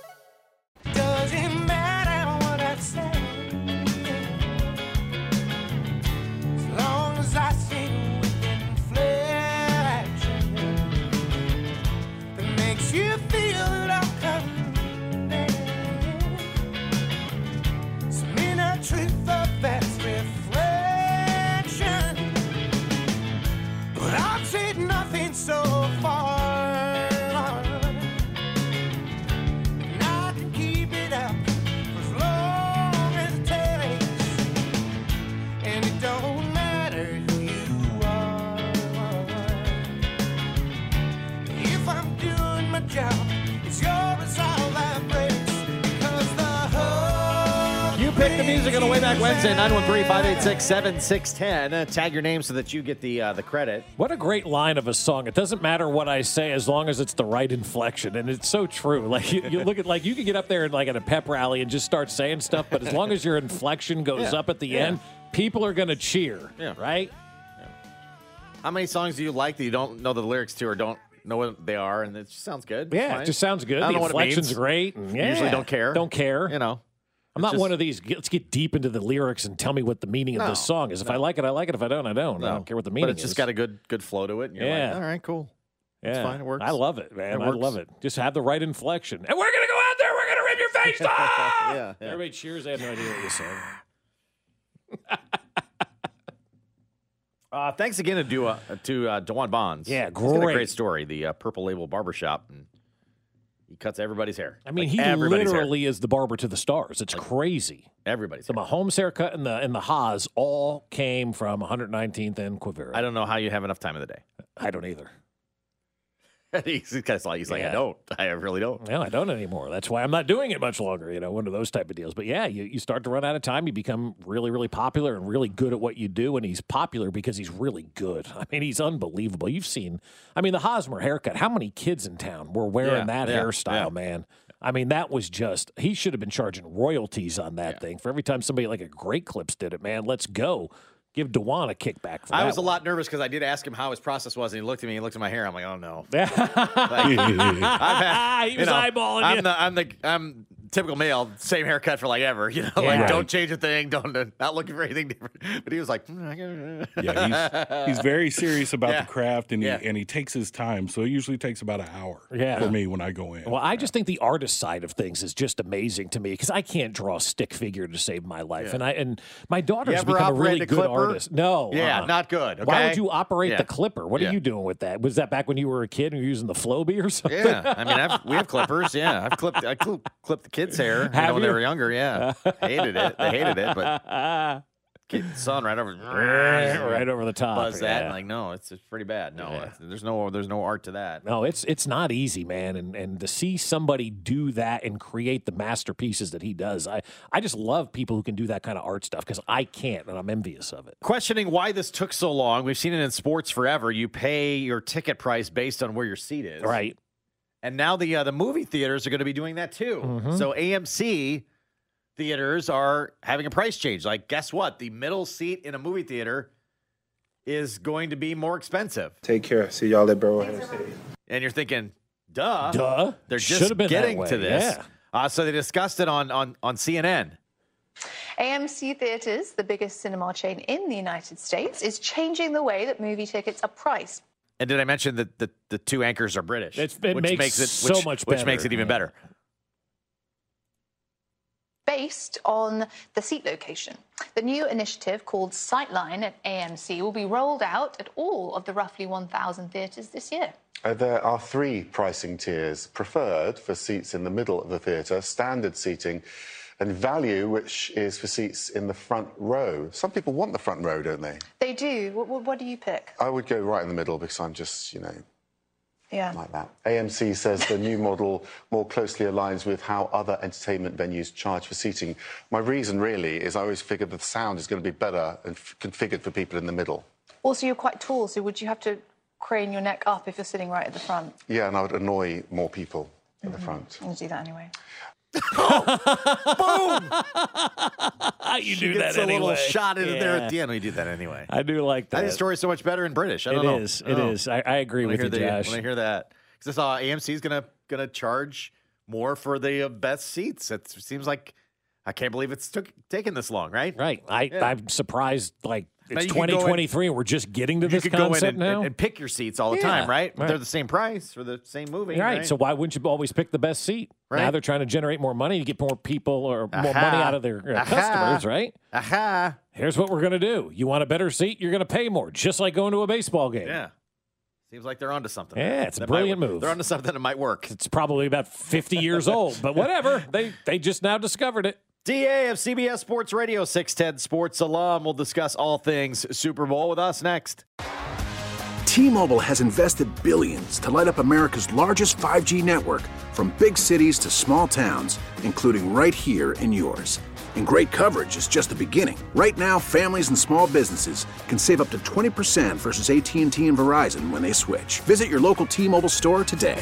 Speaker 13: Doesn't matter what I say. As long as I sing with inflection that makes you feel that I'm coming. Some inner truth of that's reflection. But I've said nothing so far. And I can keep it up for as long as it takes. And it don't matter who you are. If I'm doing my job, it's yours all that breaks. Because the hope
Speaker 2: You pick the music on the way back Wednesday, 913 586 7610. Uh, Tag your name so that you get the uh, the credit.
Speaker 3: What a great line of a song. It doesn't matter what I say as long as it's the right inflection. And it's so true. Like you, you look at like you can get up there and like at a pep rally and just start saying stuff, but as long as your inflection goes
Speaker 2: Yeah.
Speaker 3: up at the
Speaker 2: Yeah.
Speaker 3: end, people are gonna cheer.
Speaker 2: Yeah. Right? How many songs do you like that you don't know the lyrics to or don't know what they are, and it just sounds good. It's
Speaker 3: Yeah,
Speaker 2: fine.
Speaker 3: it just sounds good.
Speaker 2: I don't
Speaker 3: the
Speaker 2: know what it
Speaker 3: inflection's
Speaker 2: means.
Speaker 3: great. Yeah.
Speaker 2: Usually don't care.
Speaker 3: Don't care. You
Speaker 2: know,
Speaker 3: I'm
Speaker 2: It's
Speaker 3: not
Speaker 2: just-
Speaker 3: one of these. Let's get deep into the lyrics and tell me what the meaning of
Speaker 2: No,
Speaker 3: this song is. If
Speaker 2: no.
Speaker 3: I like it, I like it. If I don't, I don't. I don't care what the meaning.
Speaker 2: But it's just
Speaker 3: is.
Speaker 2: got a good good flow to it. And you're
Speaker 3: yeah.
Speaker 2: Like, All right, cool.
Speaker 3: Yeah.
Speaker 2: It's fine. It works.
Speaker 3: I love it, man.
Speaker 2: It
Speaker 3: I
Speaker 2: works.
Speaker 3: love it. Just have the right inflection. And we're gonna go out there. We're gonna rip your face off.
Speaker 2: yeah, yeah.
Speaker 3: Everybody cheers. They have no idea what you're saying.
Speaker 2: Uh, thanks again to Dua, to uh, Dewan Bonds.
Speaker 3: Yeah,
Speaker 2: He's got a
Speaker 3: great.
Speaker 2: great story. The uh, Purple Label Barbershop, and he cuts everybody's hair.
Speaker 3: I mean,
Speaker 2: Like,
Speaker 3: he
Speaker 2: everybody's hair.
Speaker 3: literally is the barber to the stars. It's crazy.
Speaker 2: Everybody's
Speaker 3: the Mahomes haircut and the and the Haas all came from 119th and Quivira.
Speaker 2: I don't know how you have enough time in the day.
Speaker 3: I don't either.
Speaker 2: he's kind of like, he's like, I
Speaker 3: Yeah.
Speaker 2: don't. I really don't.
Speaker 3: Well, I don't anymore. That's why I'm not doing it much longer, you know, one of those type of deals. But yeah, you, you start to run out of time. You become really, really popular and really good at what you do. And he's popular because he's really good. I mean, he's unbelievable. You've seen, I mean, the Hosmer haircut. How many kids in town were wearing
Speaker 2: Yeah,
Speaker 3: that
Speaker 2: yeah,
Speaker 3: hairstyle,
Speaker 2: yeah.
Speaker 3: man? I mean, that was just, he should have been charging royalties on that thing for every time somebody like a Great Clips did it, man. Let's go. Give Dewan a kickback for
Speaker 2: I
Speaker 3: that
Speaker 2: was a
Speaker 3: one.
Speaker 2: lot nervous because I did ask him how his process was, and he looked at me, he looked at my hair. I'm like, oh no.
Speaker 3: He was eyeballing
Speaker 2: I'm
Speaker 3: you.
Speaker 2: The, I'm the I'm typical male, same haircut for like ever. You know,
Speaker 5: Yeah.
Speaker 2: like
Speaker 5: Right.
Speaker 2: don't change a thing, don't not looking for anything different. But he was like, "Mm, I gotta-"
Speaker 5: Yeah, he's, he's very serious about
Speaker 2: Yeah.
Speaker 5: the craft, and
Speaker 2: Yeah.
Speaker 5: he and he takes his time. So it usually takes about an hour
Speaker 3: Yeah.
Speaker 5: for me when I go in.
Speaker 3: Well, I just think the artist side of things is just amazing to me because I can't draw a stick figure to save my life,
Speaker 2: Yeah.
Speaker 3: and I and my
Speaker 2: You
Speaker 3: daughter's
Speaker 2: ever
Speaker 3: become a
Speaker 2: operate
Speaker 3: really
Speaker 2: a
Speaker 3: good
Speaker 2: clipper?
Speaker 3: artist. No,
Speaker 2: Yeah,
Speaker 3: uh-uh.
Speaker 2: not good.
Speaker 3: Why
Speaker 2: okay?
Speaker 3: would you operate
Speaker 2: Yeah.
Speaker 3: the clipper? What
Speaker 2: Yeah.
Speaker 3: are you doing with that? Was that back when you were a kid and you were using the Flowbee or something?
Speaker 2: Yeah, I mean, I've, we have clippers. Yeah, I've clipped I clip, clipped the kids' hair you know,
Speaker 3: Have
Speaker 2: when they
Speaker 3: you?
Speaker 2: were younger. Yeah, hated it. They hated it, but kid, son right over
Speaker 3: Right over the top,
Speaker 2: Buzz that.
Speaker 3: yeah.
Speaker 2: Like, no, it's, it's pretty bad. No, it's- there's no there's no art to that.
Speaker 3: No, it's it's not easy, man, and and to see somebody do that and create the masterpieces that he does, I I just love people who can do that kind of art stuff because I can't, and I'm envious of it.
Speaker 2: Questioning why this took so long. We've seen it in sports forever. You pay your ticket price based on where your seat is.
Speaker 3: Right.
Speaker 2: And now the uh, the movie theaters are going to be doing that too.
Speaker 3: Mhm.
Speaker 2: So AMC theaters are having a price change. Like, guess what? The middle seat in a movie theater is going to be more expensive.
Speaker 4: Take care. See y'all at Burrowhead Stadium.
Speaker 2: And you're thinking, duh,
Speaker 3: Duh.
Speaker 2: They're just
Speaker 3: Should've been that
Speaker 2: getting
Speaker 3: way,
Speaker 2: to this.
Speaker 3: yeah.
Speaker 2: Uh, so they discussed it on on on CNN.
Speaker 16: AMC Theatres, the biggest cinema chain in the United States, is changing the way that movie tickets are priced.
Speaker 2: And did I mention that the, the two anchors are British?
Speaker 3: It's- it
Speaker 2: which
Speaker 3: makes
Speaker 2: it
Speaker 3: so
Speaker 2: which-
Speaker 3: much
Speaker 2: Which makes
Speaker 3: better,
Speaker 2: it even
Speaker 3: man.
Speaker 2: better.
Speaker 16: based on the seat location. The new initiative called Sightline at AMC will be rolled out at all of the roughly 1,000 theatres this year.
Speaker 17: Uh, there are three pricing tiers preferred for seats in the middle of the theatre, standard seating, and value, which is for seats in the front row. Some people want the front row, don't they?
Speaker 16: They do. What, what, what do you pick?
Speaker 17: I would go right in the middle because I'm just, you know,
Speaker 16: Yeah.
Speaker 17: like that. AMC says the new model more closely aligns with how other entertainment venues charge for seating. My reason, really, is I always figured the sound is going to be better and f- configured for people in the middle.
Speaker 16: Also, you're quite tall, so would you have to crane your neck up if you're sitting right at the front?
Speaker 17: Yeah, and I would annoy more people in the
Speaker 16: Mhm.
Speaker 17: front.
Speaker 16: I'll do that anyway.
Speaker 3: you
Speaker 2: She
Speaker 3: do
Speaker 2: gets
Speaker 3: that
Speaker 2: a little
Speaker 3: anyway.
Speaker 2: shot in there at the
Speaker 3: Yeah.
Speaker 2: end. We do that anyway.
Speaker 3: I do like
Speaker 2: I
Speaker 3: that.
Speaker 2: think the story's so much better in British. I
Speaker 3: It
Speaker 2: don't know.
Speaker 3: is.
Speaker 2: I
Speaker 3: It
Speaker 2: don't know.
Speaker 3: is. I- I agree
Speaker 2: When
Speaker 3: with
Speaker 2: hear
Speaker 3: you,
Speaker 2: the-
Speaker 3: Josh.
Speaker 2: When I hear that, because I saw AMC's gonna gonna charge more for the uh, best seats. It seems like I can't believe it's took taken this long. Right.
Speaker 3: Right. I
Speaker 2: Yeah.
Speaker 3: I'm surprised. Like
Speaker 2: Now
Speaker 3: it's
Speaker 2: you could go in-
Speaker 3: 2023, and we're just getting to
Speaker 2: you
Speaker 3: this
Speaker 2: could go in
Speaker 3: concept
Speaker 2: and,
Speaker 3: now.
Speaker 2: and, and pick your seats all the
Speaker 3: Yeah.
Speaker 2: time, right?
Speaker 3: Right.
Speaker 2: They're the same price for the same movie.
Speaker 3: right. So why wouldn't you always pick the best seat? Now
Speaker 2: Right.
Speaker 3: they're trying to generate more money to get more people or more money
Speaker 2: Aha.
Speaker 3: out of their uh,
Speaker 2: Aha.
Speaker 3: customers, right?
Speaker 2: Aha.
Speaker 3: Here's what we're gonna do. You want a better seat? You're gonna pay more, just like going to a baseball game.
Speaker 2: Yeah. Seems like they're onto something.
Speaker 3: Yeah, it's a
Speaker 2: That might
Speaker 3: brilliant
Speaker 2: work.
Speaker 3: move.
Speaker 2: They're onto something that might work.
Speaker 3: It's probably about 50 years old, but whatever. They they just now discovered it.
Speaker 2: DA of CBS Sports Radio 610 Sports Alum will discuss all things Super Bowl with us next.
Speaker 11: T-Mobile has invested billions to light up America's largest 5G network from big cities to small towns, including right here in yours. And great coverage is just the beginning. Right now, families and small businesses can save up to 20% versus AT&T and Verizon when they switch. Visit your local T-Mobile store today.